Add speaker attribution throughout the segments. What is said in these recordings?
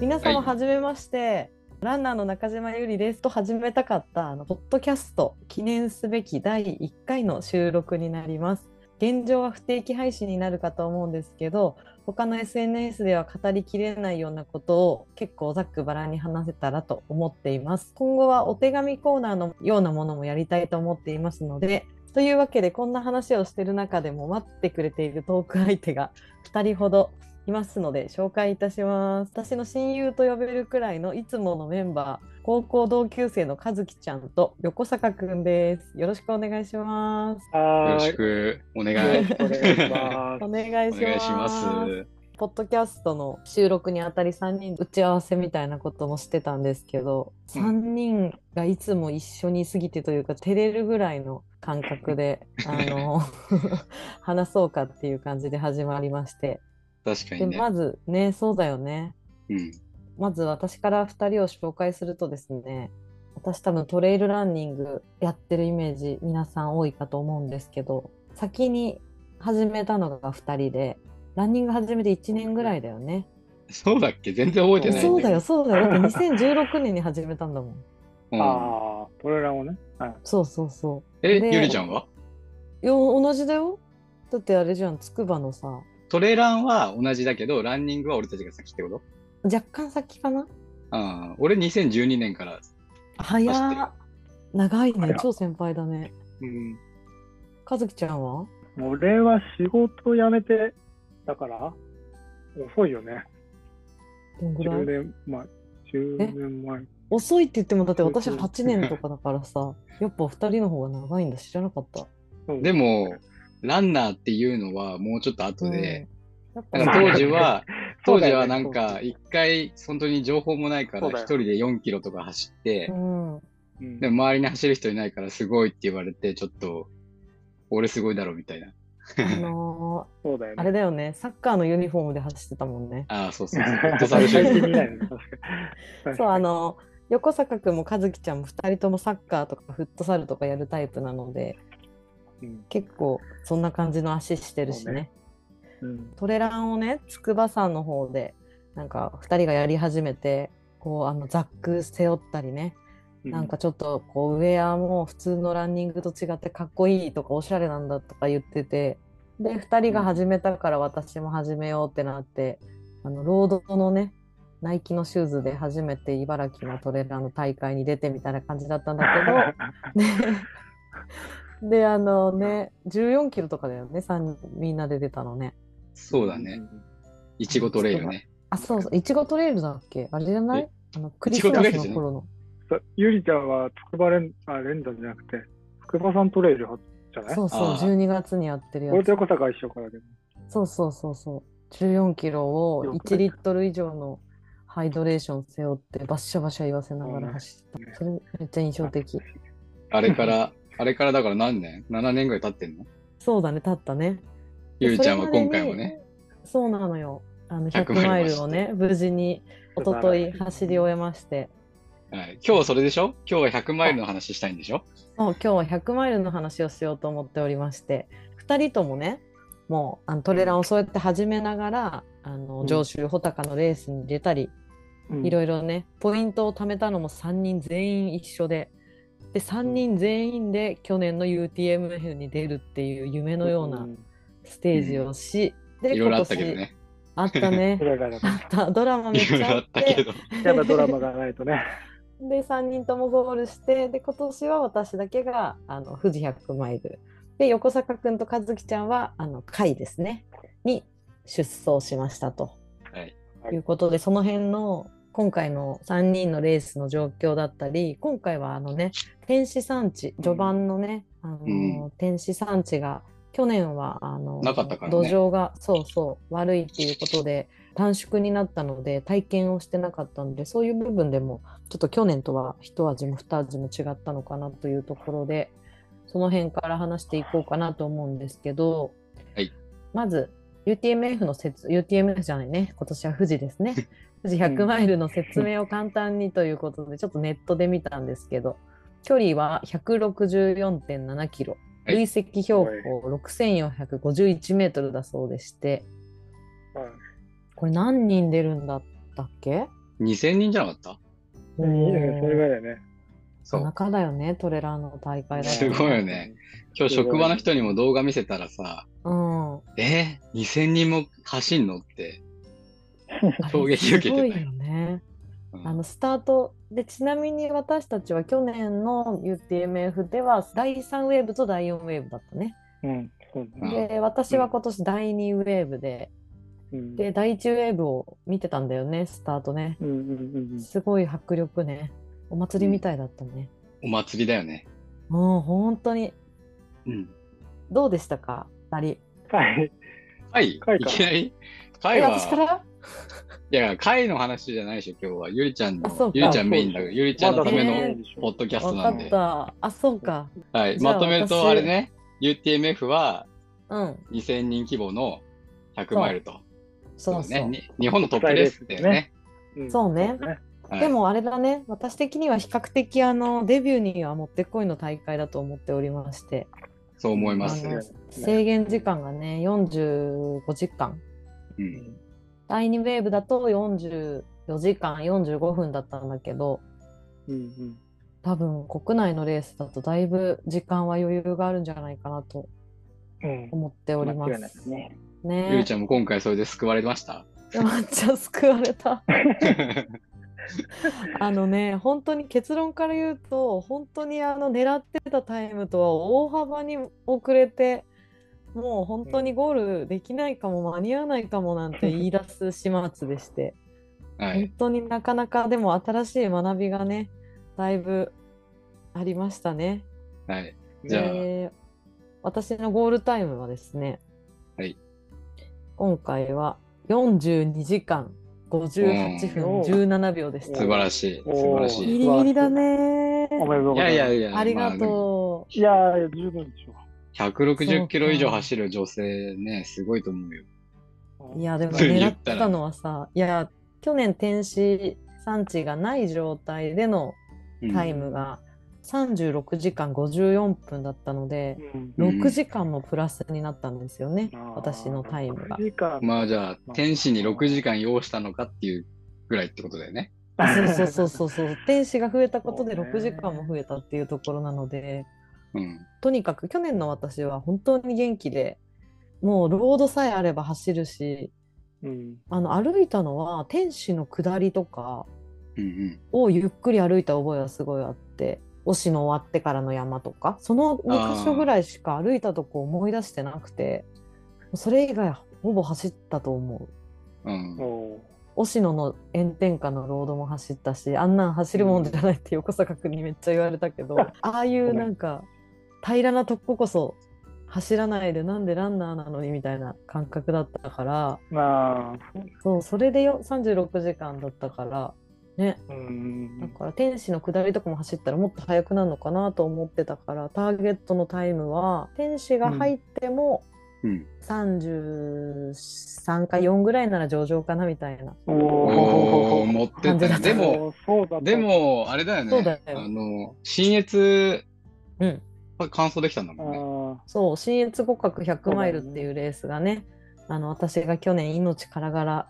Speaker 1: 皆様
Speaker 2: は
Speaker 1: はじめまして、ランナーの中島ゆりですと始めたかったあのポッドキャスト記念すべき第1回の収録になります現状は不定期配信になるかと思うんですけど他の SNS では語りきれないようなことを結構ざっくばらんに話せたらと思っています今後はお手紙コーナーのようなものもやりたいと思っていますのでというわけでこんな話をしている中でも待ってくれているトーク相手が2人ほどいますので紹介いたします私の親友と呼べるくらいのいつものメンバー高校同級生の和樹ちゃんと横坂くんですよろしくお願いします
Speaker 2: よ
Speaker 3: は
Speaker 2: ろ
Speaker 3: ー
Speaker 2: し
Speaker 3: い。
Speaker 2: くお願
Speaker 3: よろ
Speaker 2: い
Speaker 3: しくお願いしま
Speaker 1: お願い
Speaker 2: お
Speaker 1: し
Speaker 2: 願いし
Speaker 1: ま
Speaker 2: ますす。
Speaker 1: ポッドキャストの収録にあたり3人打ち合わせみたいなこともしてたんですけど
Speaker 2: うん
Speaker 1: 3人がいつも一緒に過ぎてというか照れるぐらいの感覚 であの話そうかっていう感じで始まりまして
Speaker 2: 確か
Speaker 1: で
Speaker 2: にね。
Speaker 1: まずねそうだよね
Speaker 2: うん。
Speaker 1: まず私から2人を紹介するとですね私多分トレイルランニングやってるイメージ皆さん多いかと思うんですけど先に始めたのが2人でランニング始めて1年ぐらいだよね
Speaker 2: そうだっけ全然覚えてない、ね。
Speaker 1: そうだよそうだよだって2016年に始めたんだもん
Speaker 2: う
Speaker 3: す。
Speaker 2: ん
Speaker 3: ああ、トレーラーをね。はい。
Speaker 1: そうそうそ
Speaker 2: え、
Speaker 1: で
Speaker 2: ゆりちゃんはい
Speaker 1: や同じだよだってあれじゃんつくばのさ
Speaker 2: トレランは同じだけど、ランニングは俺たちが先ってこと
Speaker 1: 若干先かな
Speaker 2: うん。俺2012年から。
Speaker 1: 早
Speaker 2: 走って
Speaker 1: っ長い
Speaker 3: 早
Speaker 1: ね
Speaker 3: っ
Speaker 1: 超先輩だね
Speaker 2: うん。
Speaker 1: 和樹ちゃんは
Speaker 3: 俺は仕事を辞めて、だから、遅いよね。
Speaker 1: どんぐら
Speaker 3: 10
Speaker 1: い
Speaker 3: 年前。10年前。
Speaker 1: 遅いって言ってもだって私
Speaker 3: そうそう
Speaker 1: 8年とかだからさ やっぱ2人の方が長いんだ知らなかった。
Speaker 3: そう
Speaker 2: で、も、ランナーっていうのはもうちょっと後で、
Speaker 1: うん、やっ
Speaker 2: なんか当時は、
Speaker 3: そ
Speaker 2: 当
Speaker 3: うだ
Speaker 2: 時
Speaker 3: よ
Speaker 2: は
Speaker 3: ね
Speaker 2: なんか、一回、本当に情報もないから、
Speaker 3: そうだ
Speaker 2: 一
Speaker 3: よ
Speaker 2: 人で4キロとか走って
Speaker 1: う、ん、
Speaker 3: うん
Speaker 2: でも周りに走る人いないから、すごいって言われて、ちょっと、俺すごいだろ、みたいな。
Speaker 1: あの
Speaker 3: そうだよ
Speaker 1: ー、あ
Speaker 3: ね。
Speaker 1: れだよねサッカーのユニフォームで走ってたもんね。
Speaker 2: ああ、そうそう そう。フットサル
Speaker 3: 最
Speaker 2: シューズ
Speaker 3: 近見ないよね、確かに。
Speaker 1: そうあのー横坂君も和樹ちゃんも2人ともサッカーとかフットサルとかやるタイプなので
Speaker 3: うん。
Speaker 1: 結構そんな感じの足してるしね
Speaker 3: そうねうん。
Speaker 1: トレランをね筑波山の方でなんか2人がやり始めてこうあのザック背負ったりねなんかちょっとこうウェアも普通のランニングと違ってかっこいいとかおしゃれなんだとか言っててで2人が始めたから私も始めようってなってあのロードのねナイキのシューズで初めて茨城のトレーラーの大会に出てみたいな感じだったんだけど でであのね14キロとかだよね三人みんなで出たのね
Speaker 2: そうだね。。いちごトレイルね。
Speaker 1: あそうそういちごトレイルだっけあれじゃない
Speaker 2: え
Speaker 1: あのクリスマ
Speaker 2: いちごトレイ
Speaker 1: ス
Speaker 2: ルじゃな
Speaker 1: の
Speaker 2: い
Speaker 1: 頃の
Speaker 3: そうゆりちゃんは筑波連、あ、連山じゃなくて、筑波山トレイルじゃない
Speaker 1: そうそう
Speaker 2: あー
Speaker 1: 12月にやってるやつ
Speaker 3: 俺と横坂は一緒からでも。
Speaker 1: そうそうそうそう。14キロを
Speaker 3: 了
Speaker 1: 1
Speaker 3: 解
Speaker 1: リットル以上のハイドレーション背負ってバッシャバシャ言わせながら走った。それめっちゃ印象的。
Speaker 2: あれから、 あれからだから何年 ?7 年ぐらい経ってんの
Speaker 1: そうだね、立ったね。
Speaker 2: ゆりちゃんは
Speaker 1: それ
Speaker 2: 今
Speaker 1: まで
Speaker 2: 回
Speaker 1: に
Speaker 2: もね。。
Speaker 1: そうなのよ。あの
Speaker 2: 100
Speaker 1: 100マイルをね、無事に一昨日走り終えまして。
Speaker 2: はい、今日それでしょ今日は100マイルの話したいんでしょ
Speaker 1: そう今日は100マイルの話をしようと思っておりまして2人ともねもうあのトレランをそうやって始めながら、あ
Speaker 3: う
Speaker 1: の
Speaker 3: ん
Speaker 1: 上州穂高のレースに出たり、
Speaker 3: うん
Speaker 1: いろいろねポイントを貯めたのも3人全員一緒でで3人全員で去年の UTMF に出るっていう夢のようなステージをし、で
Speaker 2: いろいろあったけどね。
Speaker 1: 今年あったね
Speaker 3: トレイラーだか
Speaker 1: あったドラマめっ
Speaker 2: いろい
Speaker 1: ち
Speaker 2: ろ
Speaker 1: ゃ
Speaker 2: あ
Speaker 1: あ
Speaker 2: っ
Speaker 1: った
Speaker 2: け
Speaker 1: て
Speaker 2: ど。
Speaker 3: ら。やっぱドラマがな いとね。
Speaker 1: で3人ともゴールしてで今年は私だけがあの富士100マイルで横坂君と和樹ちゃんはあの会ですねに出走しましたと。
Speaker 2: はい、
Speaker 1: ということでその辺の今回の3人のレースの状況だったり今回はあのね天使産地序盤のね、あの
Speaker 2: う
Speaker 1: 天使産地が去年はあの
Speaker 2: なかったから
Speaker 1: 土
Speaker 2: ね
Speaker 1: 壌がそうそう悪いっていうことで短縮になったので体験をしてなかったのでそういう部分でもちょっと去年とは一味も二味も違ったのかなというところでその辺から話していこうかなと思うんですけど、
Speaker 2: はい
Speaker 1: まず UTMF の説 UTMF じゃないね今年は富士ですね 富士100マイルの説明を簡単にということでちょっとネットで見たんですけど距離は164.7キロ
Speaker 2: はい
Speaker 1: 累積標高6451メートルだそうでして、
Speaker 3: はい
Speaker 1: これ何人出るんだったっけ
Speaker 2: 2000人じゃなかった
Speaker 3: えーそれぐらいだよね。
Speaker 2: そ
Speaker 1: 田
Speaker 2: う。
Speaker 1: 中だよね、トレラーの大会だよ
Speaker 2: すごいよね。今日職場の人にも動画見せたらさ、
Speaker 1: うん。
Speaker 2: え ?2000 人も走んのって。 衝撃受けてた
Speaker 1: あれすごいよね。
Speaker 2: うん
Speaker 1: あのスタートでちなみに私たちは去年の UTMF では第3ウェーブと第4ウェーブだったね。
Speaker 3: うん、そうだね。
Speaker 1: で私は今年第2ウェーブで
Speaker 3: うん、
Speaker 1: で第1ウェーブを見てたんだよねスタートね。
Speaker 3: うんうんうん
Speaker 1: すごい迫力ね。お祭りみたいだったね。
Speaker 2: お祭りだよね。
Speaker 1: もう本当に
Speaker 2: うん。
Speaker 1: どうでしたか二人。
Speaker 3: うん。はい。
Speaker 2: はい、い
Speaker 3: 貝か
Speaker 2: きなり
Speaker 1: え
Speaker 2: 貝は、
Speaker 1: 私から
Speaker 2: いや、貝の話じゃないでしょ、今日は。ゆりちゃん
Speaker 1: あそう
Speaker 2: の
Speaker 1: か、
Speaker 2: ゆりちゃんメインだから、ゆりちゃんのため
Speaker 1: まだ
Speaker 2: の
Speaker 1: ね
Speaker 2: ポッドキャスト
Speaker 1: 分
Speaker 2: な
Speaker 1: か
Speaker 2: ん
Speaker 1: っ
Speaker 2: で。
Speaker 1: た。あそうか。
Speaker 2: はい、
Speaker 1: じゃあ
Speaker 2: まとめる
Speaker 1: 私
Speaker 2: と、あれね、UTMF は
Speaker 1: うん。
Speaker 2: 2000人規模の100マイルと。
Speaker 1: そうそう。
Speaker 2: ねに日本のトップレースだよね。
Speaker 3: うん
Speaker 1: そうね
Speaker 3: だね
Speaker 2: はい
Speaker 1: でもあれだね、私的には比較的あのデビューにはもってこいの大会だと思っておりまして、
Speaker 2: そう思いま
Speaker 1: あ
Speaker 2: す。
Speaker 1: の
Speaker 3: ね
Speaker 1: 制限時間がね、45時間、
Speaker 2: うん
Speaker 1: 第2ウェーブだと44時間45分だったんだけど、
Speaker 3: うん
Speaker 1: 多分国内のレースだとだいぶ時間は余裕があるんじゃないかなと
Speaker 3: うん。うん。
Speaker 1: 思っておりま。
Speaker 3: 間違いないですすね。
Speaker 2: ゆ
Speaker 1: ね
Speaker 2: りちゃんも今回それで救われま した。
Speaker 1: え、めっちゃ救われた。 あのね、本当に結論から言うと、本当にあの狙ってたタイムとは大幅に遅れて、もう本当にゴールできないかも間に合わないかもなんて言い出す始末でして、
Speaker 2: は
Speaker 1: 本
Speaker 2: い。
Speaker 1: 当になかなかでも新しい学びがね、だいぶありましたね。
Speaker 2: はい。じゃあ
Speaker 1: で私のゴールタイムはですね、
Speaker 2: はい
Speaker 1: 今回は42時間58分17秒でし
Speaker 3: うん
Speaker 1: た。
Speaker 2: 素晴らしい。
Speaker 3: おー
Speaker 2: 素晴らし
Speaker 1: ギ
Speaker 2: い。
Speaker 1: リギリだね。
Speaker 3: おめでとうご
Speaker 2: い
Speaker 3: ざいま
Speaker 2: や
Speaker 3: す。
Speaker 2: いやいや、
Speaker 1: ありが
Speaker 2: まあで
Speaker 1: と
Speaker 2: も
Speaker 3: いやいや、十分でし
Speaker 2: 160キロ以上走る女性ね、すごいと思うよ。
Speaker 3: ょ
Speaker 1: う。いや、でも
Speaker 2: 普通に
Speaker 1: 狙
Speaker 2: 言
Speaker 1: っ
Speaker 2: った
Speaker 1: て
Speaker 2: ら
Speaker 1: たのはさ、いや、去年天使産地がない状態での
Speaker 2: うん
Speaker 1: タイムが36時間54分だったので、
Speaker 3: うん
Speaker 2: うん
Speaker 1: 6時間もプラスになったんですよね、
Speaker 3: あ ー
Speaker 1: 私のタイムが。
Speaker 3: いいか
Speaker 2: まあじゃあ、天使に6時間要したのかっていうぐらいってことだよね。
Speaker 1: そうそうそうそう そう、天使が増えたことで
Speaker 3: そうね
Speaker 1: 6時間も増えたっていうところなので、
Speaker 2: うん。
Speaker 1: とにかく去年の私は本当に元気で、もうロードさえあれば走るし、
Speaker 3: うん。
Speaker 1: あの歩いたのは天使の下りとか
Speaker 2: うん
Speaker 1: をゆっくり歩いた覚えはすごいあって忍野終わってからの山とかその2箇所ぐらいしか歩いたとこ思い出してなくてそれ以外ほぼ走ったと思う
Speaker 2: うん。うん。
Speaker 3: おー
Speaker 1: 忍野の炎天下のロードも走ったしあんなん走るもんじゃないって横坂君にめっちゃ言われたけどああいうなんか平らなとここそ走らないでなんでランナーなのにみたいな感覚だったから。
Speaker 3: まあ、そう
Speaker 1: そう、それでよ36時間だったから、ね、
Speaker 3: うん
Speaker 1: だ。から天使の下りとかも走ったらもっと速くなるのかなと思ってたから、ターゲットのタイムは、天使が入っても
Speaker 2: うん。
Speaker 1: 33か4ぐらいなら上々かなみたいな。
Speaker 2: お
Speaker 3: お
Speaker 2: ー、
Speaker 3: ー
Speaker 2: 持ってったね。でも、、
Speaker 3: そうだった
Speaker 2: で、も、あれだよね。
Speaker 1: そうだよ
Speaker 2: あの、新越、
Speaker 1: うん。
Speaker 2: 完走できたんだもんね。
Speaker 3: あ
Speaker 1: そう、新越互角100マイルって
Speaker 3: そうだ
Speaker 1: いうレースがね、あの、私が去年命からがら、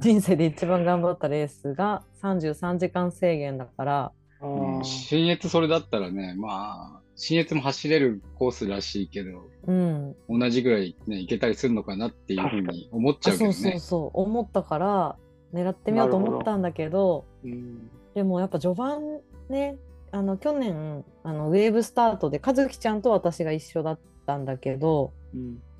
Speaker 1: 人生で一番頑張ったレースが33時間制限だから、
Speaker 3: ー
Speaker 2: う
Speaker 3: あ
Speaker 2: ん
Speaker 3: ー
Speaker 2: 新越それだったらね、まあ、新越も走れるコースらしいけど、
Speaker 1: うん、
Speaker 2: 同じぐらいね、行けたりするのかなっていうふうに思っちゃうけど
Speaker 1: あそうそう
Speaker 2: ね。
Speaker 1: そう思ったから狙ってみようと思ったんだけど
Speaker 3: うん
Speaker 1: でもやっぱ序盤ねあの去年あのウェーブスタートで和樹ちゃんと私が一緒だったんだけど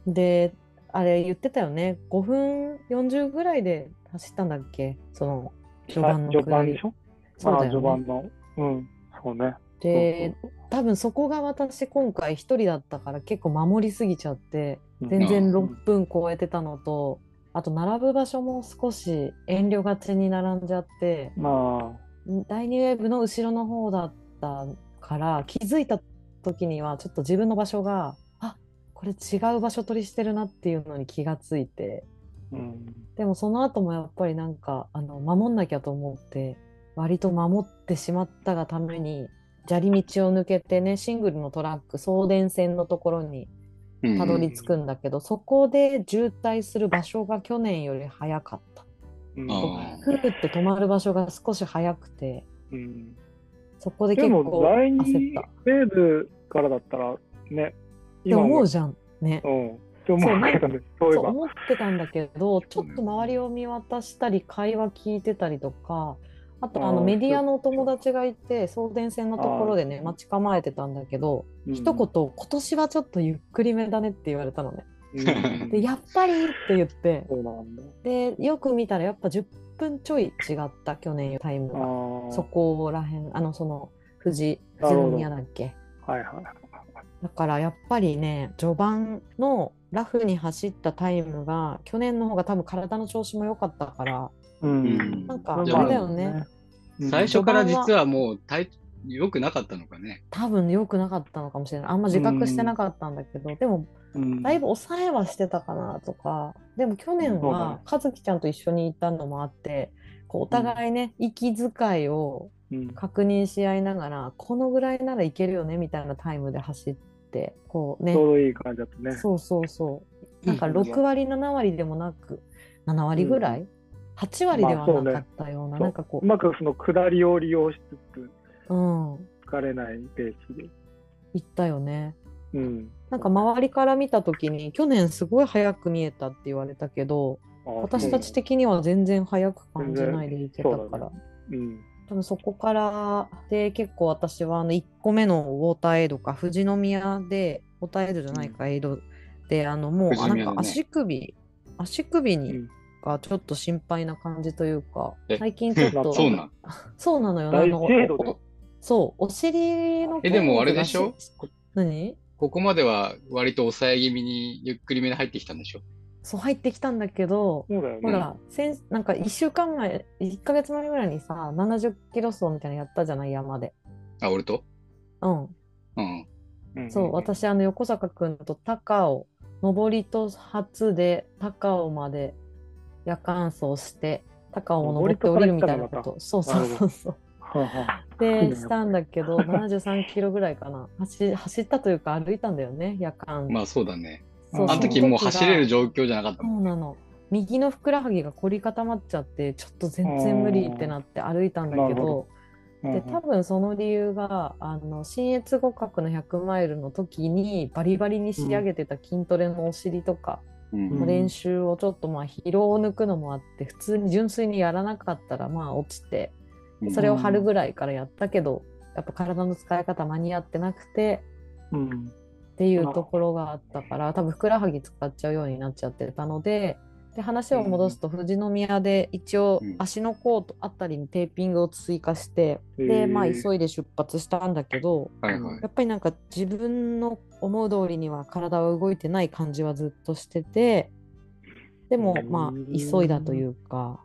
Speaker 3: うん
Speaker 1: であれ言ってたよね5分40ぐらいで走ったんだっけその序盤の
Speaker 3: 序
Speaker 1: 下
Speaker 3: 盤で
Speaker 1: り
Speaker 3: しょ
Speaker 1: そうだ
Speaker 3: あー序
Speaker 1: よね
Speaker 3: 盤の。うん。そうね。
Speaker 1: で
Speaker 3: そう
Speaker 1: 多分そこが私今回一人だったから結構守りすぎちゃって
Speaker 3: そう
Speaker 1: 全
Speaker 2: う
Speaker 1: 然
Speaker 2: ん
Speaker 1: 6分超えてたのと、あと並ぶ場所も少し遠慮がちに並んじゃって
Speaker 3: ま
Speaker 1: 第2ウェーブの後ろの方だったから気づいた時にはちょっと自分の場所があこれ違う場所取りしてるなっていうのに気がついて
Speaker 3: あ、うん。
Speaker 1: でもその後もやっぱりなんかあの守んなきゃと思って割と守ってしまったがために砂利道を抜けてねシングルのトラック送電線のところに
Speaker 2: うん
Speaker 1: たどり着くんだけど、そこで渋滞する場所が去年より早かった。
Speaker 3: うん
Speaker 2: あ
Speaker 1: ふーって止まる場所が少し早くて、
Speaker 3: うん、
Speaker 1: そこで
Speaker 3: で
Speaker 1: 結構
Speaker 3: も第
Speaker 1: 焦
Speaker 3: 2
Speaker 1: った。っ
Speaker 3: ウェーブからだったらね、
Speaker 1: て思う
Speaker 3: も
Speaker 1: じゃん。ね
Speaker 3: う。ん、って思うけどね、そう
Speaker 1: そ
Speaker 3: いえ
Speaker 1: う
Speaker 3: ば。
Speaker 1: 思ってたんだけど、ちょっと周りを見渡したり、会話聞いてたりとか、あとあの
Speaker 3: あー
Speaker 1: メディアのお友達がいて、送電線のところでね、待ち構えてたんだけど、
Speaker 3: うん
Speaker 1: 一言、今年はちょっとゆっくりめだねって言われたのね。
Speaker 3: うん
Speaker 1: で、やっぱりって言って、
Speaker 3: そうなんだ。
Speaker 1: で、よく見たらやっぱ10分ちょい違った、去年よタイム
Speaker 3: あ
Speaker 1: が。そ
Speaker 3: あ、
Speaker 1: こらへん、あの、その、富士、
Speaker 3: な
Speaker 1: 富士
Speaker 3: るほど
Speaker 1: 宮だっけ。
Speaker 3: はいはい。
Speaker 1: だからやっぱりね、序盤のラフに走ったタイムが、去年の方が多分体の調子も良かったから、
Speaker 3: う
Speaker 2: ー
Speaker 3: ん。
Speaker 1: なんか
Speaker 2: いや
Speaker 1: あれだよね。
Speaker 3: うん
Speaker 2: 最初から実はもう体良くなかったのかね。
Speaker 1: 多分良くなかったのかもしれない。あんま自覚してなかったんだけど、でも
Speaker 3: うん
Speaker 1: だいぶ抑えはしてたかなとか、でも去年
Speaker 3: そうだね
Speaker 1: は和樹ちゃんと一緒にいたのもあって、こうお互いね、息遣いを
Speaker 3: うん
Speaker 1: 確認し合いながら、このぐらいならいけるよねみたいなタイムで走って、こうね
Speaker 3: ち、ょうどいい感じだったね。
Speaker 1: そうそうそう。なんか
Speaker 2: うん
Speaker 1: 6割、7割でもなく、7割ぐらい、?8 割ではなかったような、
Speaker 3: まあそうね
Speaker 1: なんかこ
Speaker 3: うまくその下りを利用しつつ、
Speaker 1: う、うん、
Speaker 3: 疲れないペースで。
Speaker 1: いったよね。
Speaker 3: うん。
Speaker 1: なんか周りから見たときに、去年すごい早く見えたって言われたけど、
Speaker 3: あー
Speaker 1: 私たち、的には全然早く感じないでいけた
Speaker 3: 全然
Speaker 1: か
Speaker 3: そうだ
Speaker 1: ら。
Speaker 3: そううん。
Speaker 1: 多分そこからで結構私はあの1個目のウォーターエイドか富士宮でウォーターエイドじゃないか、エイドであのもう
Speaker 2: 富士
Speaker 1: な
Speaker 2: 宮だね
Speaker 1: んか足首、足首に、
Speaker 3: うん
Speaker 1: がちょっと心配な感じというか
Speaker 2: え
Speaker 1: 最近ちょっ と
Speaker 2: そうなん。
Speaker 1: そうなのよ
Speaker 3: 大
Speaker 1: あの
Speaker 3: 程度で
Speaker 1: おそうお尻の
Speaker 2: えでもあれでしょ
Speaker 1: 筋肉がし何
Speaker 2: ここまでは割と抑え気味にゆっくりめで入ってきたんでしょ。
Speaker 1: そう入ってきたんだけど
Speaker 3: そうだよね。
Speaker 1: ほら、先なんか1週間前1ヶ月前ぐらいにさ70キロ走みたいなのやったじゃない山で
Speaker 2: あ、俺と
Speaker 1: うん
Speaker 2: うん。
Speaker 3: ん
Speaker 1: そう、私、あの横坂くんと高尾、上りと初で高尾まで夜間走して、高尾を登って降りるみたいなこ
Speaker 3: 登りとから行っ
Speaker 1: と、そうそうそ
Speaker 3: たの
Speaker 1: うそう。
Speaker 3: はあはあ
Speaker 1: で、したんだけど、73キロぐらいかな。走走ったというか、歩いたんだよね、夜間。
Speaker 2: まあそうだね。
Speaker 1: そう
Speaker 2: あの時もう走れる
Speaker 1: そ
Speaker 2: 状況じゃなかった
Speaker 1: の時がそうな
Speaker 2: もん。
Speaker 1: の。右のふくらはぎが凝り固まっちゃって、ちょっと全然無理ってなって歩いたんだ
Speaker 3: な
Speaker 1: け
Speaker 3: るほ
Speaker 1: ど
Speaker 3: ど、
Speaker 1: で多分その理由があの新越五角の100マイルの時にバリバリに仕上げてた筋トレのお尻とか
Speaker 2: うん
Speaker 1: の練習をちょっとまあ疲労を抜くのもあって普通に純粋にやらなかったらまあ落ちてそれを春ぐらいからやったけどやっぱ体の使い方間に合ってなくて
Speaker 3: うん。
Speaker 1: っていうところがあったから多分ふくらはぎ使っちゃうようになっちゃってたのでで話を戻すと富士宮で一応
Speaker 2: うん
Speaker 1: 足の甲とあたりにテーピングを追加して、
Speaker 3: へ
Speaker 1: で
Speaker 3: ー
Speaker 1: まあ急いで出発したんだけど
Speaker 2: はいはい。
Speaker 1: やっぱりなんか自分の思う通りには体は動いてない感じはずっとしててでも
Speaker 3: うん
Speaker 1: まあ急いだというか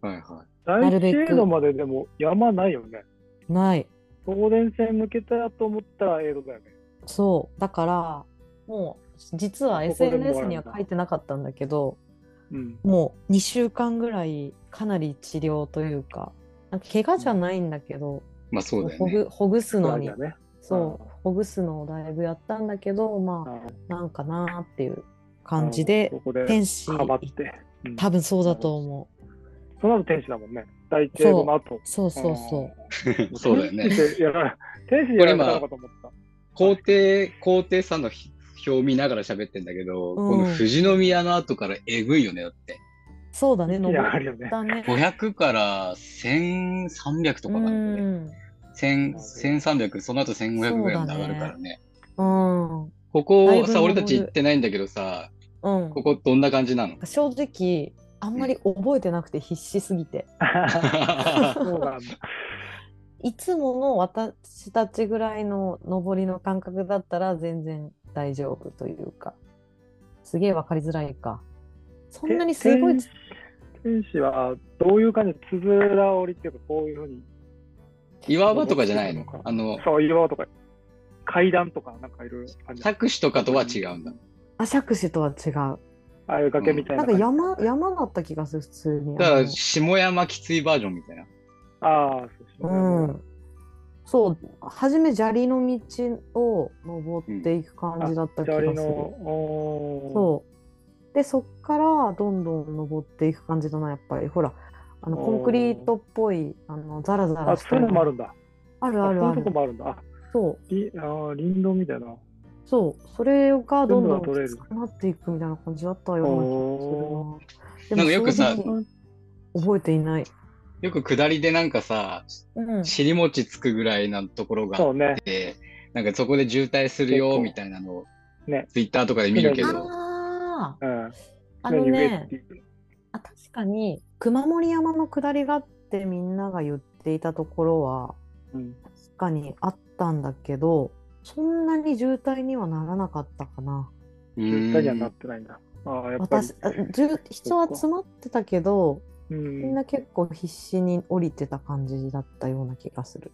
Speaker 2: はいは
Speaker 3: 大
Speaker 1: なるべく
Speaker 3: 程度まででも山ないよね。
Speaker 1: ない
Speaker 3: 送電線抜けたと思ったらエイドだよね。
Speaker 1: そうだからもう実は
Speaker 3: ここでもあるんだ
Speaker 1: SNS には書いてなかったんだけど
Speaker 3: うん。
Speaker 1: もう2週間ぐらいかなり治療というかなんか怪我じゃないんだけど、
Speaker 2: い。まあそうだよ
Speaker 1: ほ
Speaker 2: ね。
Speaker 1: ぐほぐすの
Speaker 3: なん
Speaker 1: に
Speaker 3: だね。
Speaker 1: そうほぐすのをだいぶやったんだけどま
Speaker 3: あ
Speaker 1: あなんかなーっていう
Speaker 3: ー
Speaker 1: 感じで
Speaker 3: そこで
Speaker 1: 天使
Speaker 3: かばって。うん
Speaker 1: 多分そうだと思う
Speaker 3: その後天使だもんね。大程度の後。
Speaker 1: そうそうそう
Speaker 3: あ ー
Speaker 2: そうだよね
Speaker 3: 天使ってやら天使やられたのかと思った。
Speaker 2: 皇帝、皇帝さんの表見ながら喋ってんだけど、この富士宮の後からえぐいよね、だって。
Speaker 1: そうだね
Speaker 3: い
Speaker 1: 登
Speaker 3: や、ある
Speaker 1: っ
Speaker 3: よね。
Speaker 1: たね
Speaker 2: 500から1300と
Speaker 1: う
Speaker 2: かかな、ね。
Speaker 1: ん
Speaker 2: 1000 1300、その後1500ぐらいまで上がるからね。
Speaker 1: うんうん
Speaker 2: こ
Speaker 1: だい
Speaker 2: こ
Speaker 1: ぶ
Speaker 2: さ、
Speaker 1: 登
Speaker 2: 俺
Speaker 1: る
Speaker 2: たち行ってないんだけどさ、ここどんな感じな の
Speaker 1: 正直あんまり覚えてなくて必死すぎて
Speaker 3: そうなんだ。
Speaker 1: いつもの私たちぐらいの上りの感覚だったら全然大丈夫というかすげえ分かりづらいかそんなにすごい
Speaker 3: 天使天使はどういう感じつづら折りっていうか、こういうふうに、
Speaker 2: 岩場とかじゃないのあの、
Speaker 3: そう、岩とか、階段とか、なんかいろいろあるじゃん
Speaker 2: 作詞とかとは違うんだ。
Speaker 1: あ釈子とは違う
Speaker 3: ああいう崖みたい
Speaker 1: な
Speaker 3: なん感
Speaker 1: か
Speaker 3: じ。
Speaker 1: 山山だった気がする普通に
Speaker 2: だか
Speaker 1: あ
Speaker 2: ら、
Speaker 1: の
Speaker 2: 下山きついバージョンみたいな。
Speaker 3: ああ、そう
Speaker 1: う
Speaker 3: そ
Speaker 1: ん、そう初め砂利の道を登っていく感じだった
Speaker 3: う。
Speaker 1: 気がす
Speaker 3: 左
Speaker 1: る、
Speaker 3: の、おー
Speaker 1: そうでそっからどんどん登っていく感じだなやっぱりほらあの
Speaker 3: おー
Speaker 1: コンクリートっぽいあのザラザ
Speaker 3: あ、
Speaker 1: ラした
Speaker 3: そういうのもあるんだ。
Speaker 1: ある
Speaker 3: あ
Speaker 1: あるあ
Speaker 3: そういう
Speaker 1: る
Speaker 3: とこもあるんだ。あ、
Speaker 1: そう
Speaker 3: りあー林道みたいな。
Speaker 1: そうそれがどんどん
Speaker 3: 全部は取れる
Speaker 1: きつくなっていくみたいな感じだったような気がするなで
Speaker 2: なんかよくさ
Speaker 1: 正直覚えていない、
Speaker 2: よく下りでなんかさ、
Speaker 1: うん、
Speaker 2: 尻餅つくぐらいなところが
Speaker 3: そ
Speaker 2: あ
Speaker 3: うね
Speaker 2: っ。て、なんかそこで渋滞する
Speaker 3: 結
Speaker 2: よ
Speaker 3: 構
Speaker 2: みたいなのを、
Speaker 3: ね
Speaker 2: ツイッターとかで見るけど、
Speaker 1: ああ
Speaker 3: うん。
Speaker 1: あの
Speaker 3: がゆえ
Speaker 1: ね
Speaker 3: っていう
Speaker 1: あ確かに熊森山の下りがあってみんなが言っていたところは
Speaker 3: うん。
Speaker 1: 確かにあったんだけどそんなに渋滞にはならなかったかな
Speaker 2: う
Speaker 3: 絶対にはなっ
Speaker 2: ん
Speaker 3: てないんだ。ああ、やっぱり
Speaker 1: 私。あ渋人は詰まってたけど
Speaker 3: う
Speaker 1: み
Speaker 3: ん
Speaker 1: んな結構必死に降りてた感じだったような気がする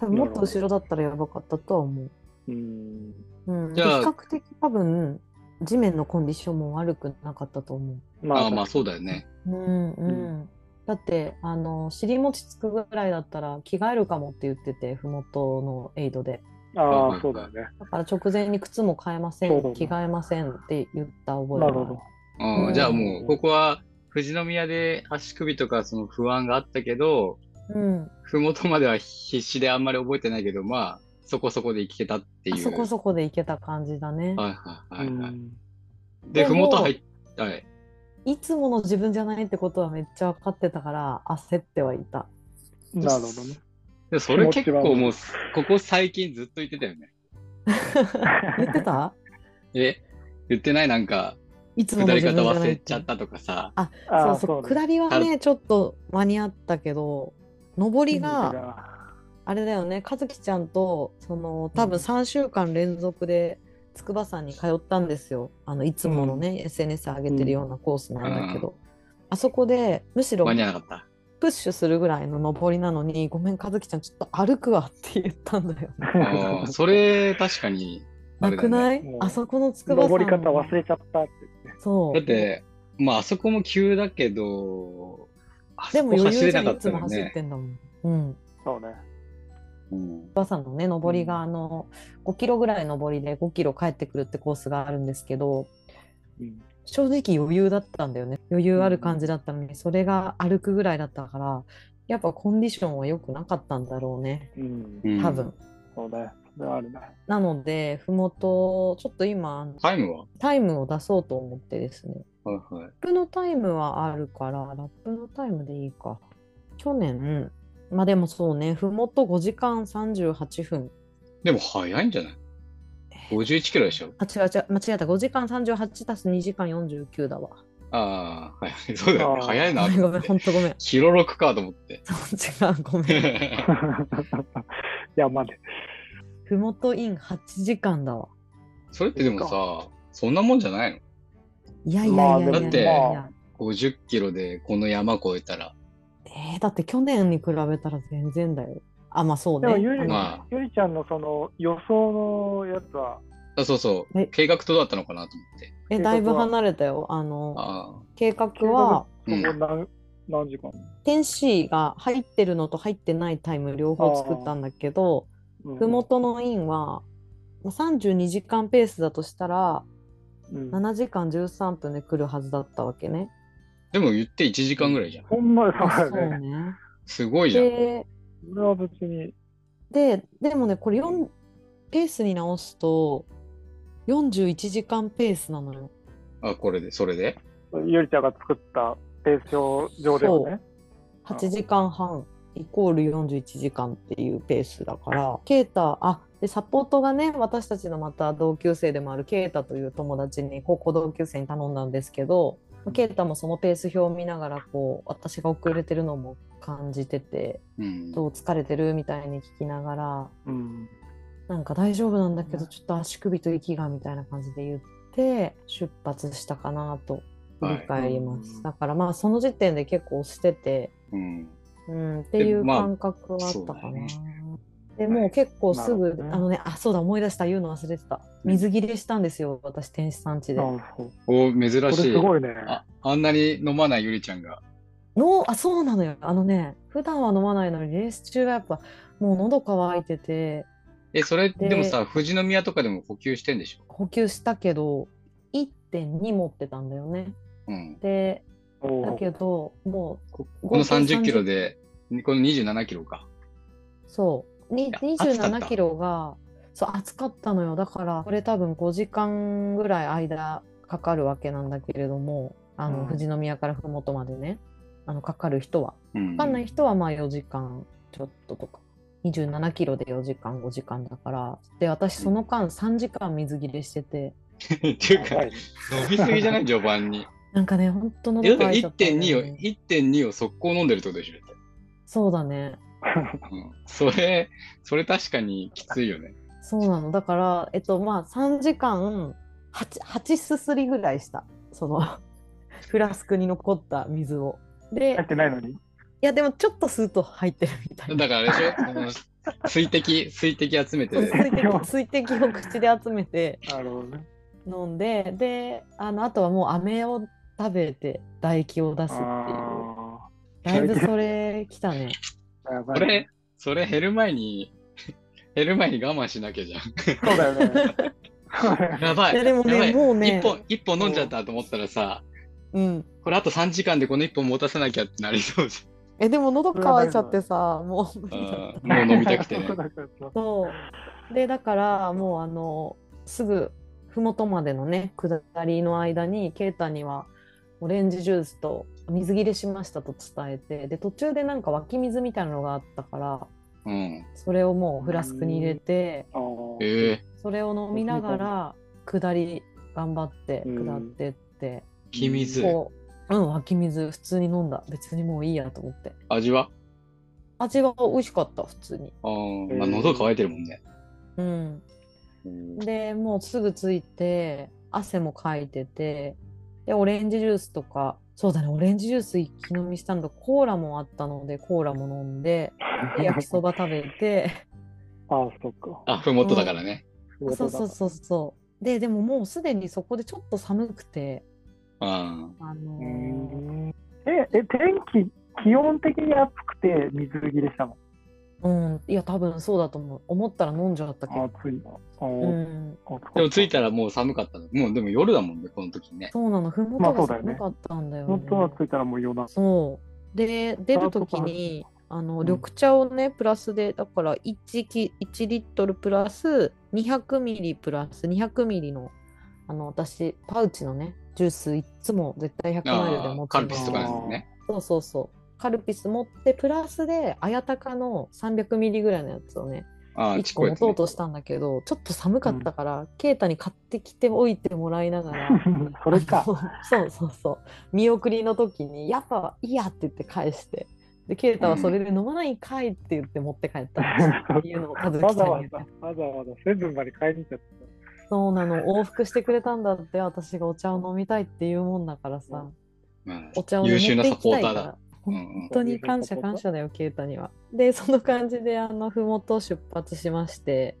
Speaker 1: 多分もっと後ろだったらやばかったとは思う、
Speaker 3: うん。
Speaker 1: うん、
Speaker 2: じ
Speaker 1: で比
Speaker 2: ゃあ
Speaker 1: 較的多分地面のコンディションも悪くなかったと思う
Speaker 3: ま
Speaker 2: ああ、まあそうだよね。
Speaker 1: うんうんん、だってあの尻餅つくぐらいだったら着替えるかもって言っててふもとのエイドで
Speaker 3: ああ、そうだよね。
Speaker 1: だから直前に靴も買えませ
Speaker 3: そうだなん
Speaker 1: 着替えませんって言った覚えが
Speaker 3: な
Speaker 1: あ
Speaker 3: る
Speaker 1: る
Speaker 3: ほど。
Speaker 2: う、
Speaker 1: うんん
Speaker 2: じゃあもう、ここは富士宮で足首とかその不安があったけど、
Speaker 1: うん、
Speaker 2: ふもとまでは必死であんまり覚えてないけど、まあ、そこそこで行けたってい
Speaker 1: あ
Speaker 2: う。
Speaker 1: そこそこで行けた感じだね、
Speaker 2: はいはいはいはい。
Speaker 3: うん
Speaker 2: で、
Speaker 1: で
Speaker 2: ふ
Speaker 1: も
Speaker 2: もと入っはい。
Speaker 1: い、つもの自分じゃないってことはめっちゃ分かってたから焦ってはいた
Speaker 3: なるほどね。
Speaker 2: でそれ
Speaker 3: 気持
Speaker 2: 結
Speaker 3: ちは
Speaker 2: 構もう、ここ最近ずっと言ってたよね。
Speaker 1: 言ってた
Speaker 2: え言ってないなんか、
Speaker 1: いつもの
Speaker 2: 下り
Speaker 1: 自分
Speaker 2: 方
Speaker 1: じゃ
Speaker 2: 忘
Speaker 1: ない
Speaker 2: れちゃったとかさ。
Speaker 1: そ
Speaker 3: あ
Speaker 1: う
Speaker 3: あ
Speaker 1: そう
Speaker 3: だ
Speaker 1: 下りはねちょっと間に合ったけど上りがあれだよね、和樹ちゃんとその多分
Speaker 3: うん
Speaker 1: 3週間連続で筑波山に通ったんですよあのいつものね、SNS 上げてるようなコースなんだけど、あそこでむしろ
Speaker 2: 間に合わなかっ
Speaker 1: プッシュするぐらいの上りなのに「ごめん和樹ちゃんちょっと歩くわ」って言ったんだよ。
Speaker 2: た。あー それ、確かに、あ
Speaker 1: な
Speaker 2: れだ
Speaker 1: く
Speaker 2: よね
Speaker 1: ない、
Speaker 3: もう
Speaker 1: あそこの筑波山
Speaker 3: 登り方忘れちゃったって言って。
Speaker 1: そう
Speaker 2: だって、まあ、あそこも急だけど、あ
Speaker 1: で
Speaker 2: そ
Speaker 1: も
Speaker 2: こ
Speaker 1: 余
Speaker 2: 走
Speaker 1: 裕
Speaker 2: れ
Speaker 1: じゃ
Speaker 2: なんか
Speaker 1: い
Speaker 2: った
Speaker 1: つも
Speaker 2: よ
Speaker 1: 走っ
Speaker 2: ね。
Speaker 1: てんだもん。うん
Speaker 3: そうね。
Speaker 2: うん
Speaker 1: バサのね上りがあの5キロぐらい上りで5キロ帰ってくるってコースがあるんですけど
Speaker 3: うん
Speaker 1: 正直余裕だったんだよね余裕ある感じだったのにそれが歩くぐらいだったからやっぱコンディションは良くなかったんだろうね
Speaker 3: うん。
Speaker 2: うん
Speaker 1: 多分、
Speaker 3: そうね。それはあるね。
Speaker 1: なのでふもとちょっと今あの
Speaker 2: タイムは
Speaker 1: タイムを出そうと思ってですね
Speaker 2: はいはい。
Speaker 1: ラップのタイムはあるからラップのタイムでいいか去年まあでもそうねふもと5時間38分
Speaker 2: でも早いんじゃない ?51 キロでしょ
Speaker 1: あ違う違う間違えた5時間38足す2時間49だわ
Speaker 2: ああ、はいはい。 そうだよね。
Speaker 3: あー
Speaker 2: 早い
Speaker 1: ご
Speaker 2: な
Speaker 1: め んごめ
Speaker 2: と思っ
Speaker 1: ん
Speaker 2: て。
Speaker 1: ほんとごめん違
Speaker 2: キロ6かと思 って。
Speaker 1: うごめん
Speaker 3: 山で。
Speaker 1: ふもとイン8時間だわ
Speaker 2: それってでもさ、そんなもんじゃない
Speaker 1: いやいやいやいやいやいや、
Speaker 2: まあで
Speaker 3: もまあ
Speaker 2: の ?50 キロでこの山越えたら。
Speaker 1: えーだって去年に比べたら全然だよ。あ、まあそう
Speaker 3: で
Speaker 1: ね。
Speaker 3: もゆり、
Speaker 1: あの
Speaker 2: まあ
Speaker 3: ゆりちゃんのその予想のやつは、
Speaker 2: あそうそう
Speaker 1: え。
Speaker 2: 計画とだったのかなと思って。
Speaker 1: え、だいぶ離れたよ。あの、
Speaker 2: ああ。
Speaker 1: 計画は、
Speaker 2: う
Speaker 3: そこ
Speaker 2: ん。
Speaker 3: 何何時間
Speaker 1: 天使が入ってるのと入ってないタイム両方作ったんだけど、
Speaker 3: うん
Speaker 1: ふもとのインは、まあ32時間ペースだとしたら、
Speaker 3: うん
Speaker 1: 7時間13分で来るはずだったわけね。
Speaker 2: でも言って1時間ぐらいじゃん。
Speaker 3: ほんまに
Speaker 1: あ
Speaker 3: そう
Speaker 1: そ
Speaker 3: だ
Speaker 1: う
Speaker 3: よね。
Speaker 1: ね。
Speaker 2: すごいじゃん。
Speaker 1: で、
Speaker 3: 俺は別に、
Speaker 1: で、でもね、これ4、ペースに直すと、41時間ペースなのよ。
Speaker 2: あ、これで、それで。
Speaker 3: ゆりちゃんが作ったペース表上ではね。
Speaker 1: 8時間半イコール41時間っていうペースだからケータあでサポートがね私たちのまた同級生でもあるケータという友達に高校同級生に頼んだんですけどケータもそのペース表を見ながらこう私が遅れてるのも感じてて
Speaker 2: うん。
Speaker 1: どう疲れてるみたいに聞きながら
Speaker 3: うん。
Speaker 1: なんか大丈夫なんだけどちょっと足首と息がみたいな感じで言って出発したかなと振り返ります、
Speaker 3: はい
Speaker 1: だからまあその時点で結構押してて。
Speaker 2: うん。
Speaker 1: うん、っていう
Speaker 2: まあ
Speaker 1: 感覚はあった
Speaker 2: そ
Speaker 1: か
Speaker 2: うだ
Speaker 1: な
Speaker 2: ね。
Speaker 1: でもう結構す
Speaker 3: な
Speaker 1: ぐ、
Speaker 3: るほどね
Speaker 1: あのね、あ、そうだ、思い出した、言うの忘れてた。水切れしたんですよ、私、天使さんちで。
Speaker 3: あそう。
Speaker 2: お、珍
Speaker 3: これ
Speaker 2: しい。
Speaker 3: すごいね。
Speaker 2: あ、あんなに飲まないゆりちゃんが。
Speaker 1: の、あ、そうなのよ。あのね、普段は飲まないのに、レース中はやっぱ、もう喉乾いてて、
Speaker 2: え、それ、
Speaker 1: で
Speaker 2: でもさ、富士宮とかでも補給してんでしょ
Speaker 1: 補給したけど、 1.2持ってたんだよね。
Speaker 2: うん。
Speaker 1: で、
Speaker 3: お
Speaker 1: だ
Speaker 3: ー
Speaker 1: けど、もう、
Speaker 2: ここの
Speaker 1: 合計30
Speaker 2: 30キロで、この27キロか。
Speaker 1: そう、に
Speaker 2: いや暑かった
Speaker 1: 27キロが、そう、暑かったのよ。だから、これ多分5時間ぐらい間かかるわけなんだけれども、あの、
Speaker 3: うん
Speaker 1: 富士宮から麓までね、あの、かかる人は。
Speaker 2: うん。
Speaker 1: わかんない人はまあ4時間ちょっととか27キロで4時間5時間だからで私その間3時間水切れしてて
Speaker 2: っていうか、
Speaker 3: はい
Speaker 2: 伸びすぎじゃない序 盤に。
Speaker 1: なんかねほんと
Speaker 2: えだ
Speaker 1: 喉
Speaker 2: って
Speaker 1: 乾いちゃったんだ
Speaker 2: 1.2
Speaker 1: よ
Speaker 2: を、
Speaker 1: ね
Speaker 2: 1.2を速攻飲んでるってことでしょ。
Speaker 1: そうだね
Speaker 2: うん。それ、それ確かにきついよね。
Speaker 1: そうなのだからえっとまあ3時間 8, 8すすりぐらいしたその フラスクに残った水をで
Speaker 3: 入ってない のに。
Speaker 1: いやでもちょっと吸うと入ってるみたいな
Speaker 2: だからあれでしょ あの水滴、水滴集め
Speaker 1: そう
Speaker 2: て。
Speaker 1: 水滴水滴を口で集めて
Speaker 3: なるほどね。
Speaker 1: 飲んでであのあとはもう飴を食べて唾液を出すっていう
Speaker 3: あ
Speaker 1: だいぶそれきたね
Speaker 3: あ、やば
Speaker 2: そ
Speaker 3: いね。
Speaker 2: れ、それ減る前に、減る前に我慢しなきゃじゃん。
Speaker 3: そうだよね。そうだよね
Speaker 2: やばい。
Speaker 1: いやでも
Speaker 2: やば
Speaker 1: ね
Speaker 2: い
Speaker 1: もうね
Speaker 2: 一本、一本飲んじゃったと思ったらさ、
Speaker 1: うん
Speaker 2: これあと3時間でこの一本持たせなきゃってなりそうじ
Speaker 1: えでも喉乾いちゃってさもう無
Speaker 2: ゃ
Speaker 1: 理だっ
Speaker 2: んうん。 もう飲みたくて ね
Speaker 3: そう。だよね
Speaker 1: たそうでだからもうあのすぐ麓までのね下りの間にケイタにはオレンジジュースと水切れしましたと伝えてで途中でなんか湧き水みたいなのがあったから
Speaker 2: うん。
Speaker 1: それをもうフラスクに入れて、
Speaker 3: あー
Speaker 2: ええ
Speaker 1: それを飲みながら下り頑張って
Speaker 3: うん
Speaker 1: 下ってって、
Speaker 2: 黄水うん
Speaker 1: こううん湧き水普通に飲んだ別にもういいやと思って
Speaker 2: 味は
Speaker 1: 味は美味しかった普通に
Speaker 2: あー、まあ、
Speaker 3: うん
Speaker 2: 喉乾いてるもんね。
Speaker 1: うん
Speaker 2: うん
Speaker 1: でもうすぐ着いて汗もかいててでオレンジジュースとかそうだねオレンジジュース一気飲みしたんだコーラもあったのでコーラも飲ん で焼きそば食べて
Speaker 3: あー、そっか。
Speaker 2: あ、ふもとだからね。
Speaker 1: そうそうそうそうででももうすでにそこでちょっと寒くて
Speaker 2: うん。
Speaker 1: あの
Speaker 3: う
Speaker 1: ー
Speaker 3: んえ、え、天気、気温的に暑くて水切れしたの。
Speaker 1: うん、いや多分そうだと思う思ったら飲んじゃったけど、
Speaker 3: 暑いな。あ
Speaker 1: う
Speaker 3: ー
Speaker 1: ん、
Speaker 3: 暑かった
Speaker 2: でも着いたらもう寒かったの。もうでも夜だもんね、この時ね。
Speaker 1: そうなのふも
Speaker 3: ま
Speaker 1: と
Speaker 3: あそ
Speaker 1: が
Speaker 3: うだよね
Speaker 1: 寒かったんだよね,、
Speaker 3: 本当は着いたらもう夜な。
Speaker 1: そうで出る時にあの緑茶をねプラスでだから 1, き1リットルプラス200ミリプラス200ミリのあの私パウチのねジュースいっつも絶対100マイルで
Speaker 2: あ
Speaker 1: 持
Speaker 2: あ、
Speaker 1: って
Speaker 2: カ
Speaker 1: る
Speaker 2: ルピスとかです
Speaker 3: ね
Speaker 2: もんね。
Speaker 1: そうそうそうカルピス持ってプラスで綾鷹の300ミリぐらいのやつをね
Speaker 2: ああ、
Speaker 1: 1
Speaker 2: ちっこ
Speaker 1: 個
Speaker 2: いや
Speaker 1: 持
Speaker 2: つね
Speaker 1: とうとしたんだけど、ちょっと寒かったから、ケイタに買ってきておいてもらいなが ら
Speaker 3: それか
Speaker 1: あ。のそうそうそう見送りの時に「やっぱいいや」って言って返してでケイタはそれで飲まないんかいって言って持って帰ったっていうのを和樹さん
Speaker 3: わ
Speaker 1: に
Speaker 3: ざわ
Speaker 1: 言って
Speaker 3: ざ、わざわざ、セブンまで買いに行っちゃっ
Speaker 1: そうなの往復してくれたんだって私がお茶を飲みたいっていうもんだからさ、
Speaker 2: うん
Speaker 1: お茶を飲
Speaker 2: 優
Speaker 1: み
Speaker 2: 秀な
Speaker 1: てい
Speaker 2: サ
Speaker 1: き
Speaker 2: ポ
Speaker 1: た
Speaker 2: ー
Speaker 1: い
Speaker 2: ター
Speaker 1: から
Speaker 2: だ。うんうん
Speaker 1: 本当に感謝感謝だよケイタには。でその感じであの麓を出発しまして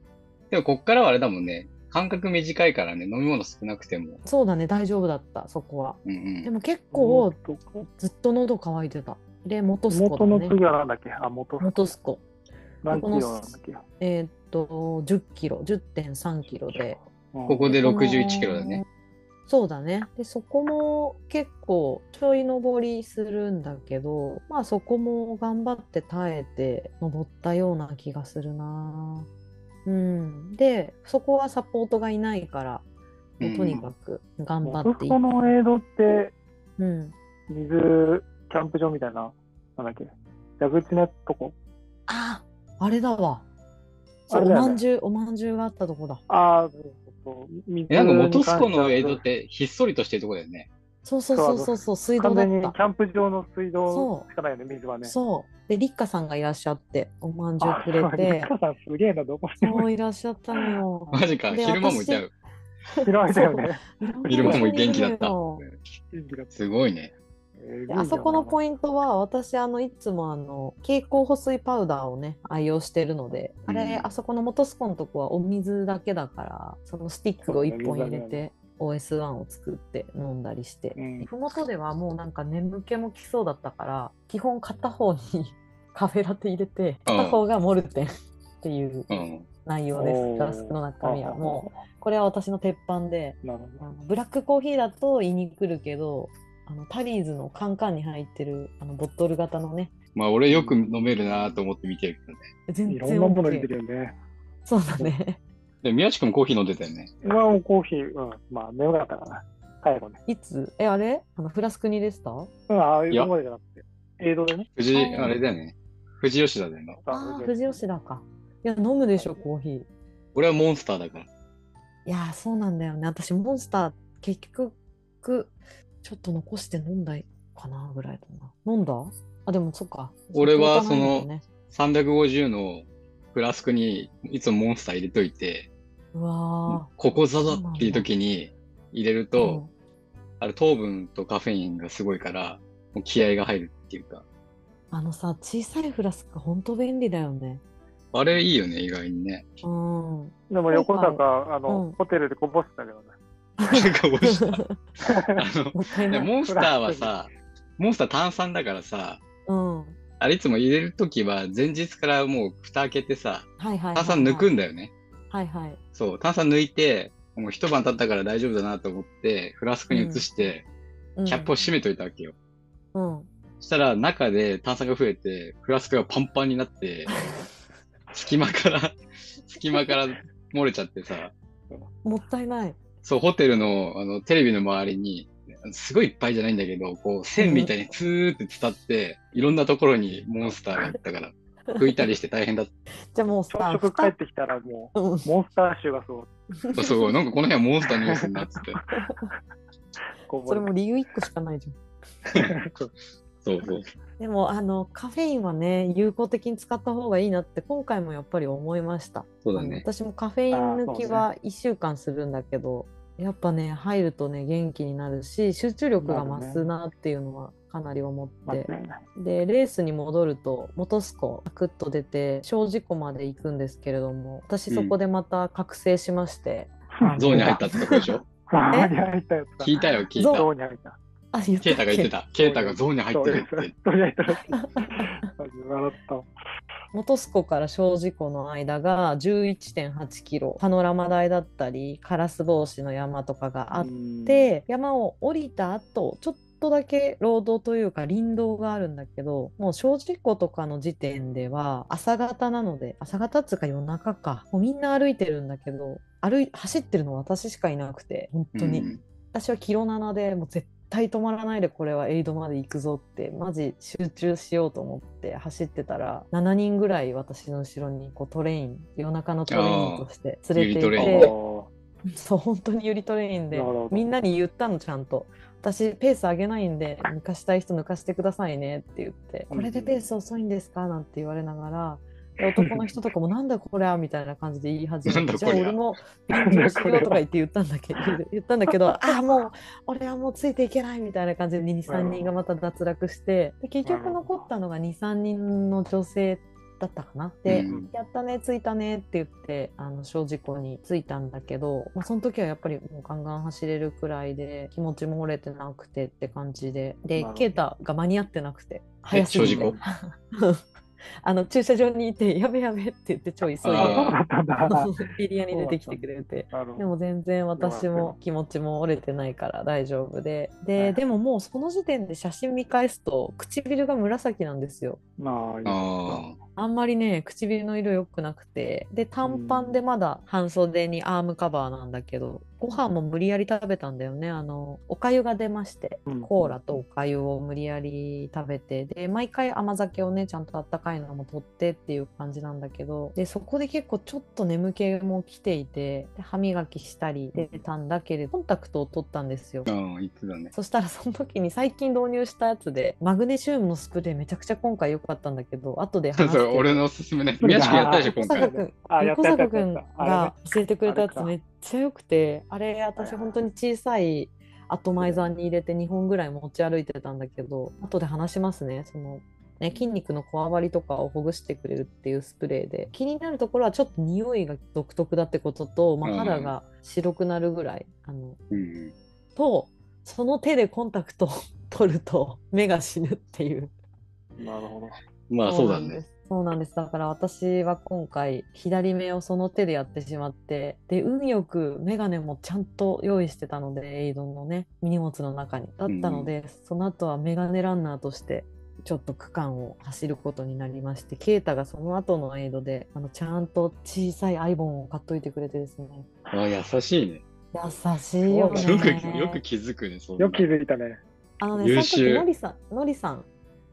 Speaker 2: でもこっからはあれだもんね。間隔短いからね、飲み物少なくても。
Speaker 1: そうだね大丈夫だったそこは。
Speaker 2: うん
Speaker 1: で
Speaker 2: うん。
Speaker 1: も結
Speaker 3: た。
Speaker 1: 構ずっと喉乾いてた。で、元栖湖だ
Speaker 3: 元の
Speaker 1: ね。
Speaker 3: 次はなんだっけあ、元
Speaker 1: 元栖湖。
Speaker 3: 何キロなんだっけ
Speaker 1: えーっと、10キロ、10.3キロで。
Speaker 3: こ
Speaker 2: ここで61キロだね。
Speaker 1: そうだね。で、そこも結構ちょい登りするんだけど、まあそこも頑張って耐えて登ったような気がするな。うん。で、そこはサポートがいないから、もうとにかく頑張っていい。
Speaker 3: このエイドって、
Speaker 1: うん。
Speaker 3: 水、キャンプ場みたいな、なんだっけ蛇口のとこ。
Speaker 1: あ、あれだわ。そう
Speaker 3: あれ
Speaker 1: お
Speaker 3: だよね
Speaker 1: まんじゅう、おまんじゅうがあったとこだ。
Speaker 3: ああ、そうそう水
Speaker 2: えなんか元栖湖
Speaker 3: に関しては
Speaker 2: の江戸ってひっそりとしてるとこだよね。
Speaker 1: そうそうそうそうそう、水道
Speaker 3: 完
Speaker 1: だ
Speaker 3: 全に
Speaker 1: っ
Speaker 3: キ
Speaker 1: た。
Speaker 3: ャンプ場の水道
Speaker 1: そ
Speaker 3: しかないよね、水はね。
Speaker 1: そう。で、立花さんがいらっしゃって、おまんじゅう
Speaker 3: あ
Speaker 1: くれて
Speaker 3: ゆ、かさんすげえな、どこにも
Speaker 1: そういらっしゃったの よ。
Speaker 2: マジか、
Speaker 1: で
Speaker 2: 昼間もいたよ。
Speaker 3: 広いだよね。
Speaker 2: 昼間も元気だった。
Speaker 1: そう
Speaker 2: すごいね。
Speaker 1: であそこのポ
Speaker 3: イン
Speaker 1: イントは、私、あの、いつも、あの、蛍光補水パウダーをね、愛用してるので、あれ
Speaker 2: う、ん
Speaker 1: あそこの元栖湖のとこはお水だけだから、そのスティックを1本入れ
Speaker 3: そうだ
Speaker 1: て、OS1 を作って飲んだりして
Speaker 3: う、ん
Speaker 1: ふもとではもうなんか眠気もきそうだったから基 本片方にカフェラテ入れて片方がモルテンっていう、
Speaker 2: うん。
Speaker 1: 内容です。フラスクの中身はもうこれは私の鉄板で
Speaker 3: う。なるほ
Speaker 1: あのブラックコーヒーだと胃に来るけどあのタリーズのカンカンに入ってるあのボトル型のね
Speaker 2: まあ、俺よく飲めるなと思って見てるけどね。
Speaker 3: ど。
Speaker 1: 全然
Speaker 3: いろんなもの入れ
Speaker 1: OK
Speaker 3: てるよね。
Speaker 1: そうだね
Speaker 2: で、宮地君もコーヒー飲んでたよね。
Speaker 3: 今もコーヒー、うん、まあ、眠かったからな。最後ね。
Speaker 1: いつえあれあのフラスクにでした
Speaker 3: うん、ああい
Speaker 2: いや
Speaker 3: うまでじゃなくて、映像でね。
Speaker 2: 富士、
Speaker 1: あー
Speaker 2: あれだよね。富士吉田だよね。
Speaker 1: ああ富士吉田かいや飲むでしょコーヒーい
Speaker 2: 俺はモンスターだから。
Speaker 1: やーそうなんだよね私モンスター結局ちょっと残して飲んだかなぐらいだな飲んだあでもそっか
Speaker 2: 俺は
Speaker 1: サポーターなんだよね
Speaker 2: 350のフラスクにいつもモンスター入れといて、
Speaker 1: うわ
Speaker 2: ここぞぞっていう時に入れる
Speaker 1: ー
Speaker 2: と、あれ糖分とカフェインがすごいから、もう気合が入るっていうか。
Speaker 1: うんあのさ小さいフラスクほんと便利だよね
Speaker 2: あれいいよね、意外にね。
Speaker 1: うん
Speaker 3: でも横
Speaker 1: 今回
Speaker 3: 坂、あの、
Speaker 1: うん
Speaker 3: ホテルでこぼしてたけどね。
Speaker 2: なんか押したあの
Speaker 1: もっ たい
Speaker 2: い
Speaker 1: な
Speaker 2: や
Speaker 1: い。
Speaker 2: モンスターはさ、モンスター炭酸だからさ、
Speaker 1: うん。はい
Speaker 2: あれいつも入れるときは前日からもう蓋開けてさ、
Speaker 1: はいはいはい。
Speaker 2: 炭酸抜くんだよね。
Speaker 1: はいはい。
Speaker 2: そう、炭酸抜いて、もう一晩経ったから大丈夫だなと思って、フラスクに移して、
Speaker 1: うん
Speaker 2: キャップを閉めといたわけよ。
Speaker 1: うん。
Speaker 2: そしたら中で炭酸が増えて、フラスクがパンパンにな って、隙間から、隙間から漏れちゃってさ、
Speaker 1: もったいない。
Speaker 2: そう、ホテルのあのテレビの周りに、すごいいっぱいじゃないんだけど、こう、線みたいにツーって伝って、いろんなところにモンスターがあったから、拭いたりして大変だっ
Speaker 1: じゃあもうさ、
Speaker 3: 朝食帰ってきたらも
Speaker 1: うん
Speaker 3: う、モンスター臭がそう、
Speaker 2: た。 そう、なんかこの辺はモンスターの様子になってて。
Speaker 3: こぼ
Speaker 1: それ
Speaker 3: れて
Speaker 1: も理由一個しかないじゃん。
Speaker 2: そうそう。
Speaker 1: でもあのカフェインはね有効的に使った方がいいなって今回もやっぱり思いました。
Speaker 2: そうだ
Speaker 1: あの
Speaker 2: ね。
Speaker 1: 私もカフェイン抜きは1週間するんだけど、やっぱね入るとね元気になるし集中力が増すなっていうのはかなり思っ
Speaker 3: まあ
Speaker 1: て
Speaker 3: ね。
Speaker 1: でレースに戻ると本栖湖サクッと出て小事故まで行くんですけれども私そこでまた覚醒しまして、
Speaker 2: ゾーンに入ったってことでしょ
Speaker 3: ゾーンに入ったやつだ。
Speaker 2: 聞いたよ、聞い
Speaker 1: ゾ
Speaker 2: た。
Speaker 3: ゾーンに入った。
Speaker 1: あ言っ
Speaker 2: ケ
Speaker 1: た
Speaker 2: イタが言ってた。ケイタがゾーンに入ってる
Speaker 3: そう
Speaker 2: って。
Speaker 3: ゾーンに入ったやつ。笑った。
Speaker 1: 本栖湖から小事故の間が11.8キロパノラマ台だったりカラス帽子の山とかがあっ
Speaker 3: うん、
Speaker 1: て、山を降りた後ちょっとだけロードというか林道があるんだけどもう小事故とかの時点では朝方なので朝方っつうか夜中かもうみんな歩いてるんだけど歩い走ってるの私しかいなくて本当に、
Speaker 2: うん
Speaker 1: 私はキロ7でもう絶対止まらないでこれはエイドまで行くぞってマジ集中しようと思って走ってたら7人ぐらい私の後ろにこうトレイン夜中のトレインとして連れて
Speaker 2: あーゆりトレ
Speaker 1: い
Speaker 2: イ
Speaker 1: て
Speaker 2: ン
Speaker 1: そう本当にゆりトレインで
Speaker 3: なるほど
Speaker 1: みんなに言ったのちゃんと私ペース上げないんで抜かしたい人抜かしてくださいねって言って
Speaker 3: う
Speaker 1: こ
Speaker 3: ん
Speaker 1: れでペース遅いんですかなんて言われながらで男の人とかもなんだこりゃみたいな感じで言い始
Speaker 2: な
Speaker 1: め
Speaker 2: んだ
Speaker 1: てじ
Speaker 2: こ
Speaker 1: ゃあ
Speaker 2: りゃ
Speaker 1: 俺も
Speaker 3: なんだ
Speaker 1: 緊張し
Speaker 3: こ
Speaker 1: よ
Speaker 3: りゃ
Speaker 1: うとか言って言ったんだけど言ったんだけど ああもう俺はもうついていけないみたいな感じで23人がまた脱落してで結局残ったのが23人の女性だったかなで、
Speaker 2: うん
Speaker 1: やったね着いたねって言ってあの小事故に着いたんだけど、まあ、その時はやっぱりもうガンガン走れるくらいで気持ちも折れてなくてって感じでで
Speaker 3: なるほど
Speaker 1: 啓太が間に合ってなくて
Speaker 2: え、
Speaker 1: 早す
Speaker 2: 正
Speaker 1: ぎて
Speaker 2: 直
Speaker 1: あの駐車場にいて「やべやべ」って言ってちょい急いで
Speaker 3: あそうだったんだ。
Speaker 1: エリアに出てきてくれて。
Speaker 3: なるほ
Speaker 1: で
Speaker 3: ど
Speaker 1: も全然私も気持ちも折れてないから大丈夫で
Speaker 3: は
Speaker 1: で
Speaker 3: い
Speaker 1: でももうその時点で写真見返すと唇が紫なんですよ
Speaker 3: まあいい
Speaker 2: あ
Speaker 1: あんまりね唇の色良くなくてで短パンでまだ半袖にアームカバーなんだけど、ご飯も無理やり食べたんだよねあのお粥が出まして
Speaker 3: うん
Speaker 1: コーラとお粥を無理やり食べてで毎回甘酒をねちゃんとあったかいのも取ってっていう感じなんだけどでそこで結構ちょっと眠気も来ていてで歯磨きしたり出たんだけれどコンタクトを取ったんですよ
Speaker 2: あ、う。ん、いつだね。
Speaker 1: そしたらその時に最近導入したやつでマグネシウムのスプレーめちゃくちゃ今回良かったんだけど後で
Speaker 2: そ
Speaker 1: 話し
Speaker 2: う
Speaker 1: て
Speaker 2: そう、俺のおすすめね。宮地君やったでしょ、
Speaker 1: 小
Speaker 2: 今
Speaker 1: 坂
Speaker 2: 回。
Speaker 1: 君
Speaker 3: あやっ
Speaker 1: 小
Speaker 3: たやっ
Speaker 1: 坂
Speaker 3: たやった
Speaker 1: 君
Speaker 3: やったあれ
Speaker 1: が
Speaker 3: ね
Speaker 1: 教えてくれたやつ
Speaker 3: あれか
Speaker 1: めっちゃ良くてあれ私本当に小さいアトマイザーに入れて2本ぐらい持ち歩いてたんだけど後で話しますねそのね筋肉のこわばりとかをほぐしてくれるっていうスプレーで気になるところはちょっと匂いが独特だってことと、まあ、
Speaker 2: うん
Speaker 1: 肌が白くなるぐらい、あの
Speaker 2: うん
Speaker 1: とその手でコンタクトを取ると目が死ぬっていう。
Speaker 3: なるほど。
Speaker 2: まあ、そうだね。
Speaker 1: す。そうなんですだから私は今回左目をその手でやってしまってで運よく眼鏡もちゃんと用意してたのでエイドのね荷物の中にだったので、その後は眼鏡ランナーとしてちょっと区間を走ることになりまして啓太がその後のエイドであのちゃんと小さいアイボンを買っといてくれてですね
Speaker 2: あ優しいね。
Speaker 1: 優しいよね
Speaker 2: よく、よく気づくね、そんな
Speaker 3: よく気づいたね。。
Speaker 1: あのね、
Speaker 2: 優
Speaker 1: その時
Speaker 2: 秀
Speaker 1: のりさん、のりさん、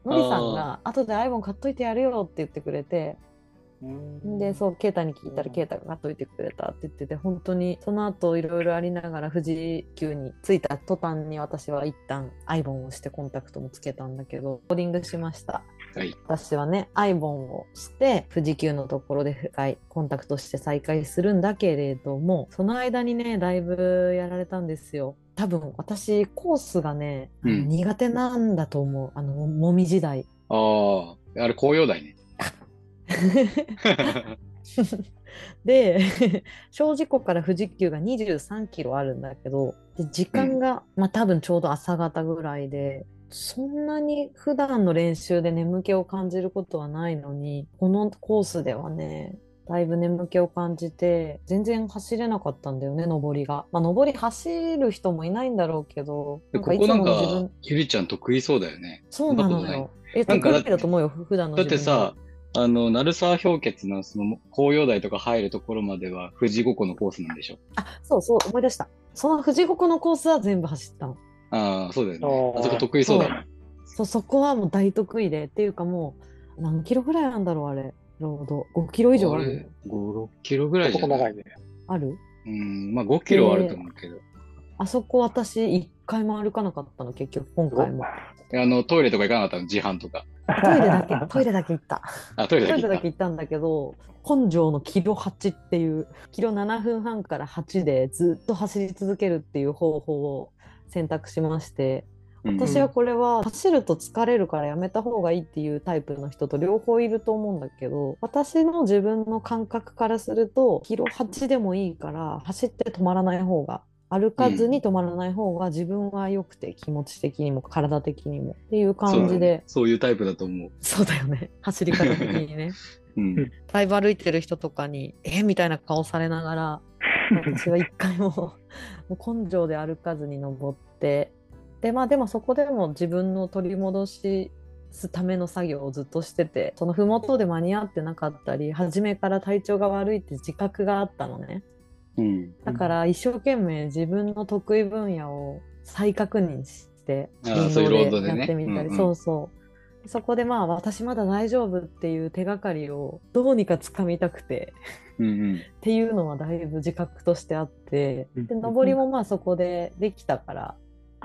Speaker 1: のりさんが後で iPhone 買っといてやるよって言ってくれて、で、そうう、ケイタに聞いたら、
Speaker 3: うん
Speaker 1: ケイタが買っといてくれたって言ってて、本当にその後いろいろありながら、富士急に着いた途端に私は一旦 iPhone をしてコンタクトもつけたんだけど、ボーディングしました。
Speaker 2: はい。
Speaker 1: 私はね、iPhone をして、富士急のところで深いコンタクトして再開するんだけれども、その間にね、だいぶやられたんですよ。多分私、コースがね、あの
Speaker 2: うん
Speaker 1: 苦手なんだと思う。あの、ももみ時代。
Speaker 2: ああ、あれ、紅葉台ね。
Speaker 1: で小事故から富士急が23キロあるんだけどで時間が、まあ多分ちょうど朝方ぐらいでそんなに普段の練習で眠気を感じることはないのにこのコースではねだいぶ眠気を感じて全然走れなかったんだよね上りが。まあ、上り走る人もいないんだろうけど
Speaker 2: で
Speaker 1: か
Speaker 2: こ
Speaker 1: いつ
Speaker 2: こな
Speaker 1: も
Speaker 2: ん
Speaker 1: の自
Speaker 2: か
Speaker 1: 分、
Speaker 2: ゆりちゃん得意そうだよね。
Speaker 1: そうな
Speaker 2: そんなこと
Speaker 1: の
Speaker 2: ない
Speaker 1: よ。え
Speaker 2: なんか
Speaker 1: 得
Speaker 2: だっ
Speaker 1: 意
Speaker 2: て
Speaker 1: だと思うよ普段の
Speaker 2: だ
Speaker 1: 自分
Speaker 2: ってさ、あの、鳴沢氷結のその紅葉台とか入るところまでは富士五湖のコースなんでしょ。
Speaker 1: あそうそう思い出したその富士五湖のコースは全部走ったの。
Speaker 2: ああ、そうだよね。
Speaker 3: あー
Speaker 2: あそこ得意そうだね。
Speaker 1: そうそこはもう大得意でっていうかもう何キロぐらいなんだろうあれロード5キロ以上ある
Speaker 2: 5、6キロぐらいじゃ
Speaker 3: 男
Speaker 2: な
Speaker 3: 長
Speaker 2: い
Speaker 3: いね。
Speaker 1: ある
Speaker 2: うん、まあ5キロはあると思うけど。
Speaker 1: あそこ私一回も歩かなかったの結局今回も
Speaker 2: あの、トイレとか行かなかったの自販とか。
Speaker 1: トイレだ けトイレだけ行った
Speaker 2: あ、トイレだ
Speaker 1: ト
Speaker 2: け
Speaker 1: イレ
Speaker 2: 行
Speaker 1: だ
Speaker 2: っ
Speaker 1: け行ったんだけど根性のキロ8っていうキロ7分半から8でずっと走り続けるっていう方法を選択しまして
Speaker 2: た。うん
Speaker 1: 私はこれは走ると疲れるからやめた方がいいっていうタイプの人と両方いると思うんだけど私の自分の感覚からするとキロ8でもいいから走って止まらない方が歩かずに止まらない方が自分は良くて気持ち的にも体的にもっていう感じで
Speaker 2: そういうタイプだと思う。
Speaker 1: そうだよね走り方的にね
Speaker 2: うん。
Speaker 1: だいぶ歩いてる人とかにえみたいな顔されながら私は一回ももう根性で歩かずに登ってでまあでもそこでも自分の取り戻しすための作業をずっとしててその麓で間に合ってなかったり初めから体調が悪いって自覚があったのね
Speaker 2: うん。
Speaker 1: だから一生懸命自分の得意分野を再確認して
Speaker 2: あーそういうロードでね
Speaker 1: やってみたり
Speaker 2: うんうん
Speaker 1: そうそうそこでまあ私まだ大丈夫っていう手がかりをどうにかつかみたくて
Speaker 2: うんうん。
Speaker 1: っていうのはだいぶ自覚としてあって
Speaker 3: うん
Speaker 1: で上りもまあそこでできたから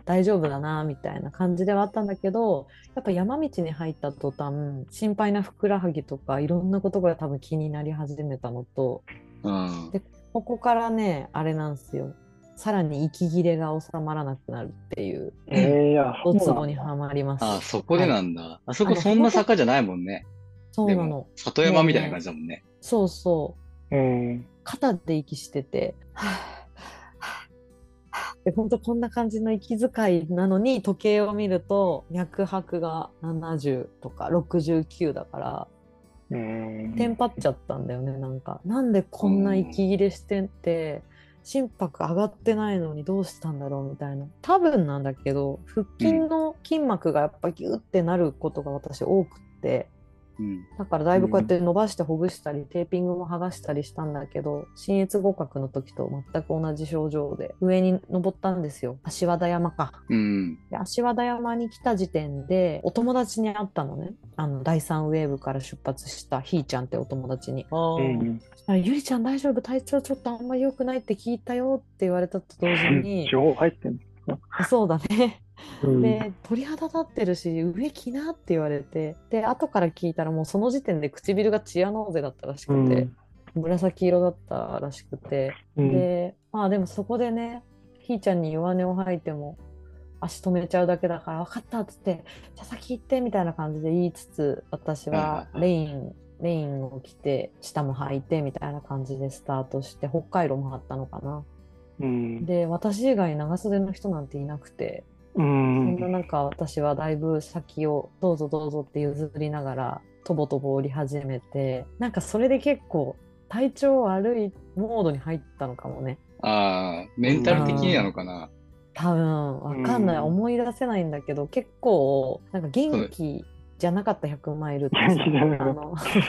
Speaker 1: 大丈夫だなみたいな感じではあったんだけどやっぱ山道に入った途端心配なふくらはぎとかいろんなことが多分気になり始めたのと
Speaker 2: あー
Speaker 1: でここからねあれなんですよさらに息切れが収まらなくなるっていう
Speaker 3: ええいや。
Speaker 1: ドツボにはまります。
Speaker 2: あー、そこで
Speaker 1: はい
Speaker 2: なんだ。あそこそんな坂じゃないもんね。
Speaker 1: そう
Speaker 2: で
Speaker 1: な
Speaker 2: も
Speaker 1: の、
Speaker 2: 里山みたいな感じだもんね。
Speaker 1: そうそう
Speaker 3: うん。
Speaker 1: 肩で息してて、はぁはぁはぁで本当こんな感じの息遣いなのに時計を見ると脈拍が70とか69だから
Speaker 3: うん。
Speaker 1: テンパっちゃったんだよねなんかなんでこんな息切れしてんって心拍上がってないのにどうしたんだろうみたいな多分なんだけど腹筋の筋膜がやっぱギュってなることが私多くって。
Speaker 2: うん。
Speaker 1: だからだいぶこうやって伸ばしてほぐしたり、テーピングも剥がしたりしたんだけど新越合格の時と全く同じ症状で上に登ったんですよ足和田山か
Speaker 2: うん。
Speaker 1: で足和田山に来た時点でお友達に会ったのねあの第3ウェーブから出発したひーちゃんってお友達に
Speaker 2: あ
Speaker 3: う
Speaker 2: ー
Speaker 3: ん。
Speaker 1: あゆりちゃん大丈夫体調ちょっとあんまり良くないって聞いたよって言われたと同時に
Speaker 3: 情報入ってん
Speaker 1: あそうだね
Speaker 3: の。
Speaker 1: で鳥肌立ってるし上着なって言われてで後から聞いたらもうその時点で唇がチアノーゼだったらし
Speaker 3: う
Speaker 1: くて
Speaker 3: ん。、
Speaker 1: 紫色だったらしくて、
Speaker 3: うん。
Speaker 1: でまあでもそこでねひーちゃんに弱音を吐いても足止めちゃうだけだから分かったっつってじゃあ先行ってみたいな感じで言いつつ私
Speaker 2: はいは
Speaker 1: はい
Speaker 2: はい
Speaker 1: レインレインを着て下も履いてみたいな感じでスタートして北海道もあったのかな
Speaker 3: うん。
Speaker 1: で私以外長袖の人なんていなくて
Speaker 3: う
Speaker 1: そ
Speaker 3: ん
Speaker 1: んななんか私はだいぶ先をどうぞどうぞって譲りながらとぼとぼ降り始めてなんかそれで結構体調悪いモードに入ったのかもね
Speaker 2: ああ、メンタル的になのかな。
Speaker 1: 多分わかんない、
Speaker 3: うん
Speaker 1: 思い出せないんだけど結構なんか元気じゃなかった100マイルってさ
Speaker 3: 元気じゃな
Speaker 1: あ
Speaker 3: かっ
Speaker 1: の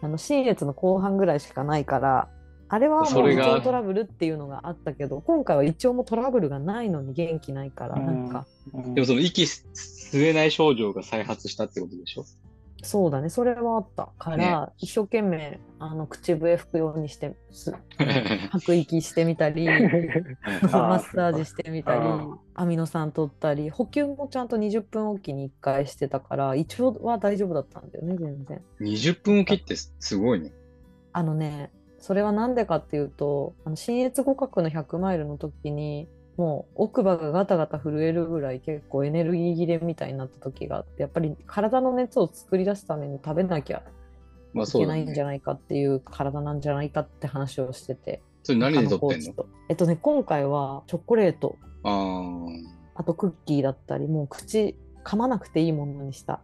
Speaker 1: あの新越の後半ぐらいしかないからあれはも
Speaker 2: そうれ
Speaker 1: 胃
Speaker 2: が
Speaker 1: 腸トラブルっていうのがあったけど今回は胃腸もトラブルがないのに元気ないから、
Speaker 3: うん
Speaker 1: なんか
Speaker 3: うん
Speaker 2: でもその息吸えない症状が再発したってことでしょ
Speaker 1: そうだねそれはあったから、一生懸命あの口笛吹くようにしてす吐く息してみ たりマッサージしてみたり
Speaker 3: あー
Speaker 1: アミノ酸取ったり補給もちゃんと20分おきに1回してたから胃腸は大丈夫だったんだよね全然。
Speaker 2: 20分を切ってすすごいね。
Speaker 1: あのねそれは何でかっていうとあの信越五角の100マイルの時にもう奥歯がガタガタ震えるぐらい結構エネルギー切れみたいになった時があってやっぱり体の熱を作り出すために食べなきゃ
Speaker 2: まあ
Speaker 1: い
Speaker 2: そう
Speaker 1: け
Speaker 2: だ
Speaker 1: ないんじ
Speaker 2: ね。
Speaker 1: ゃないかっていう体なんじゃないかって話をしてて
Speaker 2: それ何で
Speaker 1: 他の
Speaker 2: 撮
Speaker 1: コ
Speaker 2: って
Speaker 1: ー
Speaker 2: ん
Speaker 1: チ
Speaker 2: の
Speaker 1: とえっとね今回はチョコレート
Speaker 2: あ
Speaker 1: あとクッキーだったりもう口噛まなくていいものにした
Speaker 2: あ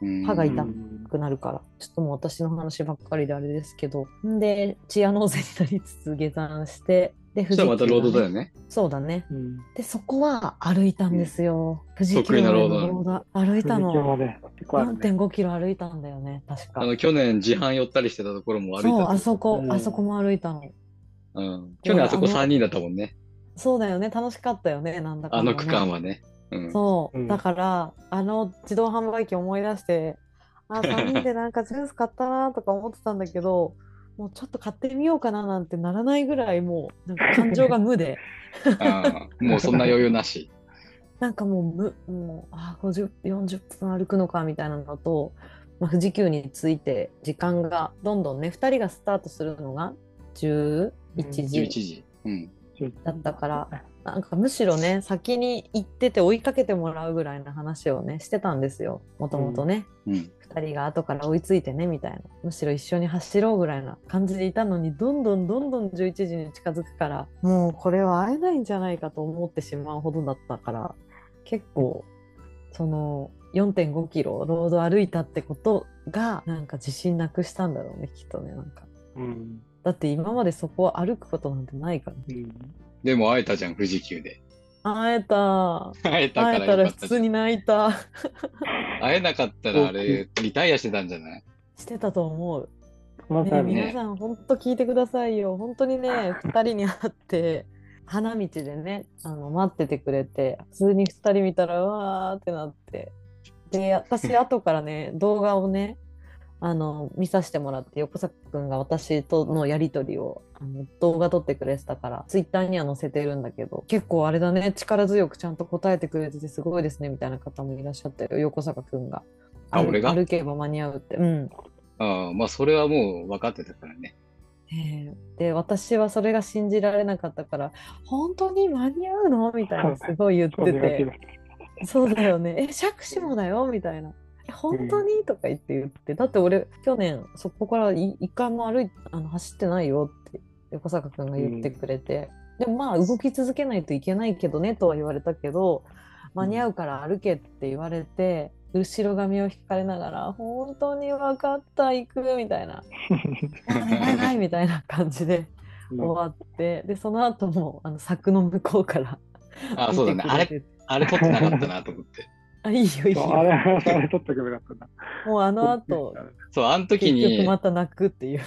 Speaker 2: ー。
Speaker 1: 歯が
Speaker 2: うん
Speaker 1: 痛くなるからちょっともう私の話ばっかりであれですけどんでチアノーゼになりつつ下山してで富
Speaker 2: そした
Speaker 1: 士
Speaker 2: らまたロード
Speaker 1: 急
Speaker 2: だよね。
Speaker 1: そうだね
Speaker 3: うん
Speaker 1: でそこは歩いたんですよ、富士
Speaker 2: 得
Speaker 1: 急
Speaker 2: 意
Speaker 1: ま
Speaker 2: な
Speaker 1: で
Speaker 2: ロー
Speaker 1: の
Speaker 2: ドだね
Speaker 1: ロード歩いた
Speaker 3: 続き
Speaker 1: の
Speaker 3: まで結構あるね
Speaker 1: 4.5キロ歩いたんだよね確か
Speaker 2: あの去年自販寄ったりしてたところも歩い
Speaker 1: そう
Speaker 2: た
Speaker 1: あそこ、
Speaker 3: うん
Speaker 1: あそこも歩いたの
Speaker 2: と。うん。去年あそこ
Speaker 1: 俺あの
Speaker 2: 3人だったもんね。
Speaker 1: そうだよね楽しかったよねなんだか
Speaker 2: あ
Speaker 1: んだね
Speaker 2: の区間はね。うん。
Speaker 1: そう、
Speaker 3: うん
Speaker 1: だからあの自動販売機思い出してあ3人でなんかジュース買ったなとか思ってたんだけどもうちょっと買ってみようかななんてならないぐらいもうなんか感情が無で
Speaker 2: あーもうそんな余裕なし。
Speaker 1: なんかもう無もうあ50 40分歩くのかみたいなのと、まあ、富士急について時間がどんどんね2人がスタートするのが11
Speaker 2: 11
Speaker 1: 時
Speaker 2: 時。うん。
Speaker 1: だったからなんかむしろね先に行ってて追いかけてもらうぐらいの話をねしてたんですよもともとね。
Speaker 2: うん。
Speaker 1: 2人が後から追いついてねみたいなむしろ一緒に走ろうぐらいな感じでいたのにどんどんどんどん11時に近づくからもうこれは会えないんじゃないかと思ってしまうほどだったから結構その4.5キロロード歩いたってことがなんか自信なくしたんだろうねきっとねなんか
Speaker 3: うん
Speaker 1: だって今までそこを歩くことなんてないから
Speaker 3: うん
Speaker 2: でも会えたじゃん、富士急で。
Speaker 1: 会えた
Speaker 2: 会えたか
Speaker 1: 会
Speaker 2: ら
Speaker 1: えた
Speaker 2: よからっ
Speaker 1: 普
Speaker 2: たじゃ
Speaker 1: 通
Speaker 2: ん。
Speaker 1: に泣いた
Speaker 2: 会えなかったらあれ、リタイアしてたんじゃない
Speaker 1: してたと思う
Speaker 3: ま
Speaker 1: ね
Speaker 3: さに
Speaker 1: 皆さん本当聞いてくださいよ本当にね2人に会って花道でねあの待っててくれて普通に2人見たらうわーってなってで私後からね動画をねあの見させてもらって横坂君が私とのやり取りをあの動画撮ってくれてたからツイッターには載せてるんだけど結構あれだね力強くちゃんと答えてくれててすごいですねみたいな方もいらっしゃったよ横坂君が。
Speaker 2: あ俺が
Speaker 1: 歩けば間に合うって。うん
Speaker 2: ああ、まあそれはもう分かってたからね。
Speaker 1: ねえで私はそれが信じられなかったから「本当に間に合うの?」みたいなすごい言って
Speaker 3: そうだ
Speaker 1: て「そうだよねえ杓子もだよ」みたいな「え本当に?」とか言って言ってだって俺去年そこからい一回も歩いあの走ってないよって横坂君が言ってくれて、でもまあ動き続けないといけないけどねとは言われたけど間に合うから歩けって言われて。後ろ髪を引かれながら「本当に分かった行く」みたいな「やばいやばい」みたいな感じで終わってでその後もあの柵の向こうから
Speaker 2: ああ、そうだね。あ
Speaker 1: 見てく、れ
Speaker 2: れ
Speaker 1: て
Speaker 2: あれ撮ってなかったなと思って。
Speaker 1: あいいよいい
Speaker 3: そうあれ
Speaker 1: よ
Speaker 3: あれ撮っとけばよかったな
Speaker 1: もうあの後
Speaker 2: そう、あの時
Speaker 1: 結局
Speaker 2: に、
Speaker 1: また泣くっていう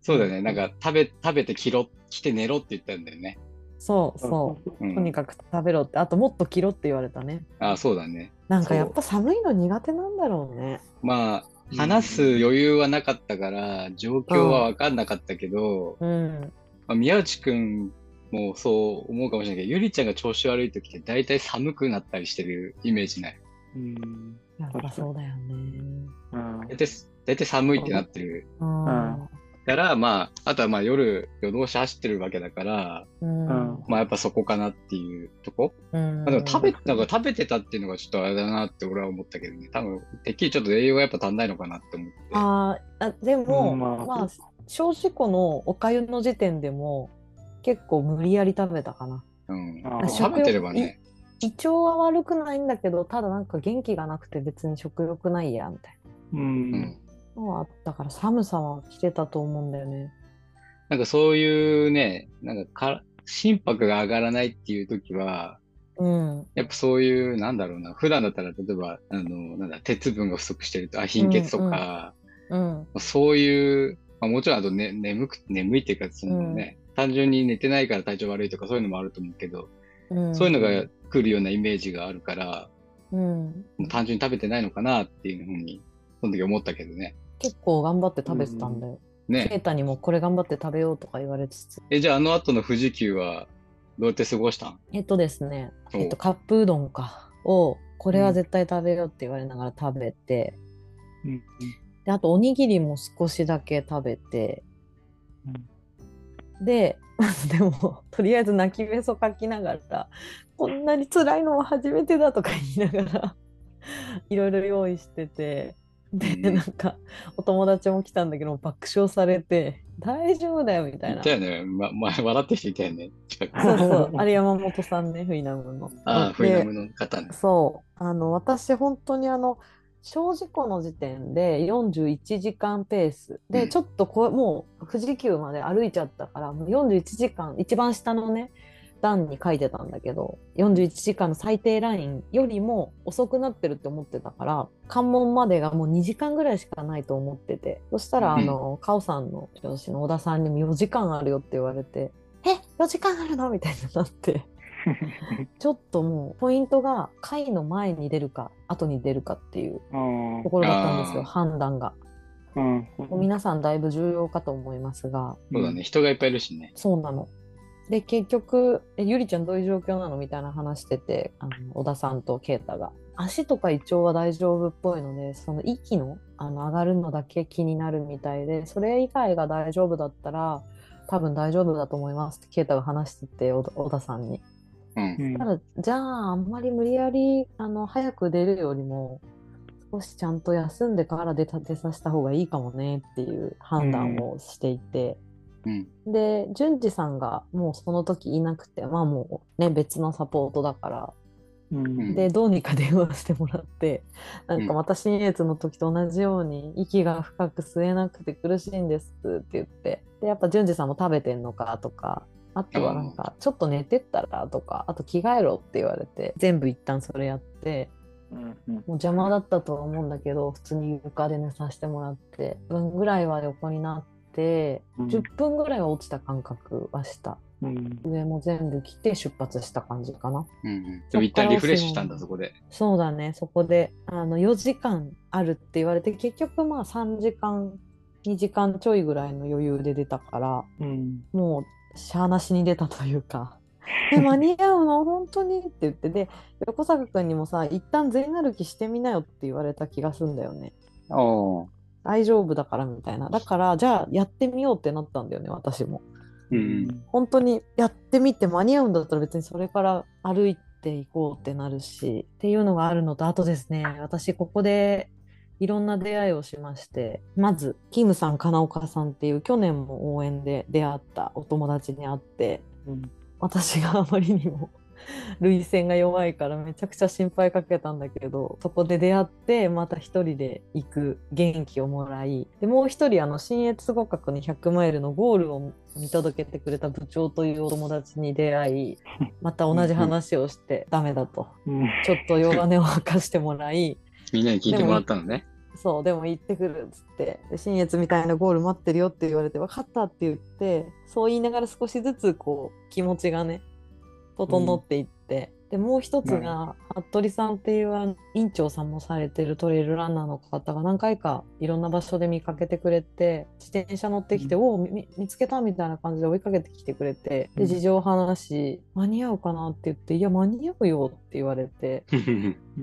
Speaker 2: そうだよね。なんか食べ、食べて着ろ、着て寝ろって言ったんだよね。
Speaker 1: そうそう
Speaker 2: う
Speaker 1: うとに
Speaker 2: ん。
Speaker 1: かく食べろってあともっと着ろって言われたね
Speaker 2: ああ、そうだね。
Speaker 1: なんかやっぱ寒いの苦手なんだろうね
Speaker 2: まあ、話す余裕はなかったから、状況は分かんなかったけど、
Speaker 1: うん
Speaker 2: まあ、宮内くんもそう思うかもしれないけど、ゆりちゃんが調子悪い時って大体寒くなったりしてるイメージない。
Speaker 3: うん
Speaker 1: やっぱそうだよね
Speaker 3: うん
Speaker 2: 大体、大体寒いってなってる。
Speaker 1: うん
Speaker 2: から、まあ、あとはまあ夜、夜通し走ってるわけだから、
Speaker 1: うん
Speaker 2: まあやっぱそこかなっていうとこ。
Speaker 1: うん
Speaker 2: まあ、でも食べ、なんか食べてたっていうのがちょっとあれだなって俺は思ったけどね。多分、てっきりちょっと栄養がやっぱ足んないのかなって思って。
Speaker 1: あーあでも、
Speaker 3: うんまあ
Speaker 1: まあ少子湖のおかゆの時点でも結構無理やり食べたかな
Speaker 2: うん
Speaker 3: あー。
Speaker 2: 食べてればね。
Speaker 1: 胃腸は悪くないんだけどただなんか元気がなくて別に食欲ないやみたい
Speaker 3: うん。
Speaker 2: うん。
Speaker 1: なのはあったから寒さは来てたと思うんだよね。
Speaker 2: なんかそういうね、なんかか心拍が上がらないっていう時は、
Speaker 1: うん、
Speaker 2: やっぱそういう、なんだろうな、普段だったら、例えば、あの、なんだ、鉄分が不足してると、あ、貧血とか、
Speaker 1: うん、
Speaker 2: そういう、まあ、もちろん、あと、ね、眠く、眠いっていうか、そのね、単純に寝てないから体調悪いとか、そういうのもあると思うけど、
Speaker 1: うん、
Speaker 2: そういうのが来るようなイメージがあるから、
Speaker 1: うん、
Speaker 2: もう単純に食べてないのかなっていうふうに、その時思ったけどね。
Speaker 1: 結構頑張って食べてたんだよ。ケ
Speaker 2: ね。
Speaker 1: イタにもこれ頑張って食べようとか言われつつ。
Speaker 2: え、じゃあ、あの後の富士急は、どうやって過ごしたん
Speaker 1: えっとですね、
Speaker 2: お
Speaker 1: えっと、カップうどんかをこれは絶対食べようって言われながら食べて、
Speaker 3: うん。
Speaker 1: であとおにぎりも少しだけ食べて、で でもとりあえず泣きべそかきながらこんなに辛いのは初めてだとか言いながら いろいろ用意しててで、
Speaker 2: うん
Speaker 1: なんかお友達も来たんだけど爆笑されて「大丈夫だよ」みたい
Speaker 2: い
Speaker 1: な。
Speaker 2: たよね。ま、 ま、笑ってる人いたよね。近く
Speaker 1: そうそう、 あれ山本さんね、フイナムの。
Speaker 2: ああ、
Speaker 1: で
Speaker 2: フリナムの方ね。
Speaker 1: そう、あの、私、本当にあの、小事故の時点で41時間ペースで、
Speaker 2: うん
Speaker 1: ちょっとこうもう富士急まで歩いちゃったからもう41時間一番下のね段に書いてたんだけど41時間の最低ラインよりも遅くなってるって思ってたから関門までがもう2時間ぐらいしかないと思っててそしたら
Speaker 2: うん
Speaker 1: あの、カオさんの上司の小田さんにも4時間あるよって言われて「え4時間あるの?」みたいにな って。ちょっともうポイントが回の前に出るか後に出るかっていう
Speaker 3: あ
Speaker 1: ところだったんですよ
Speaker 2: あー
Speaker 1: 判断が。
Speaker 3: あ。うん。
Speaker 1: もう皆さんだいぶ重要かと思いますが
Speaker 2: そうだね。人がいっぱいいるしね。
Speaker 1: そうなの。で結局え「ゆりちゃんどういう状況なの?」みたいな話しててあの小田さんと啓太が足とか胃腸は大丈夫っぽいのでその息のあの上がるのだけ気になるみたいでそれ以外が大丈夫だったら多分大丈夫だと思いますって啓太が話してて小田小田さんに。
Speaker 2: う。
Speaker 3: うんん。
Speaker 1: ただじゃああんまり無理やりあの早く出るよりも少しちゃんと休んでから出た出させた方がいいかもねっていう判断をしていて、
Speaker 2: うん。
Speaker 1: で淳二さんがもうその時いなくてまあもうね別のサポートだから、
Speaker 3: うん。
Speaker 1: でどうにか電話してもらってなんか
Speaker 2: うん
Speaker 1: また新越の時と同じように息が深く吸えなくて苦しいんですって言ってでやっぱ淳二さんも食べてんのかとかあとはなんかちょっと寝てったらとかあと着替えろって言われて全部一旦それやって
Speaker 3: うん。
Speaker 1: もう邪魔だったとは思うんだけど普通に床で寝させてもらって10分ぐらいは横になって
Speaker 3: うん
Speaker 1: 10分ぐらいは落ちた感覚はした
Speaker 3: うん。
Speaker 1: 上も全部着て出発した感じかな
Speaker 2: うんうん。でも一旦リフレッシュしたんだ、
Speaker 1: そ
Speaker 2: そこで。
Speaker 1: そうだねそこであの4時間あるって言われて結局まあ3時間2時間ちょいぐらいの余裕で出たから
Speaker 3: うん。
Speaker 1: もうしゃあなしに出たというか「え間に合うの本当に?」って言ってで横坂君にもさ「一旦全歩きしてみなよ」って言われた気がするんだよね
Speaker 2: お
Speaker 1: 大丈夫だからみたいなだからじゃあやってみようってなったんだよね私も
Speaker 2: う。
Speaker 3: うん
Speaker 1: 本当にやってみて間に合うんだったら別にそれから歩いていこうってなるしっていうのがあるのとあとですね私ここでいろんな出会いをしましてまずキムさん金岡さんっていう去年も応援で出会ったお友達に会って私があまりにも 涙腺が弱いからめちゃくちゃ心配かけたんだけどそこで出会ってまた一人で行く元気をもらいでもう一人あの新越合格に100マイルのゴールを見届けてくれた部長というお友達に出会いまた同じ話をしてダメだと
Speaker 3: うん。
Speaker 1: ちょっと弱音を明かしてもらい
Speaker 2: みんなに聞いてもらったのね。
Speaker 1: そうでも行ってくるっつってで新越みたいなゴール待ってるよって言われて分かったって言ってそう言いながら少しずつこう気持ちがね整っていって、でもう一つが、服部さんっていうあの院長さんもされてるトレイルランナーの方が何回かいろんな場所で見かけてくれて自転車乗ってきて、おおみ見つけたみたいな感じで追いかけてきてくれて
Speaker 3: う
Speaker 1: で
Speaker 3: ん
Speaker 1: 事情話し間に合うかなって言っていや間に合うよって言われて。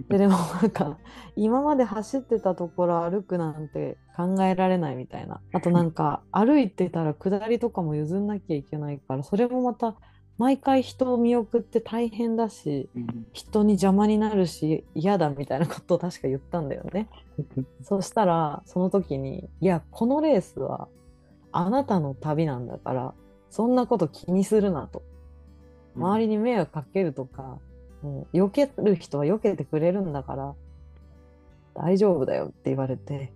Speaker 1: ででもなんか今まで走ってたところ歩くなんて考えられないみたいなあとなんか歩いてたら下りとかも譲んなきゃいけないからそれもまた毎回人を見送って大変だし人に邪魔になるし嫌だみたいなことを確か言ったんだよね。そしたらその時に「いやこのレースはあなたの旅なんだからそんなこと気にするな」と。周りに迷惑かけるとかもう避ける人は避けてくれるんだから大丈夫だよって言われて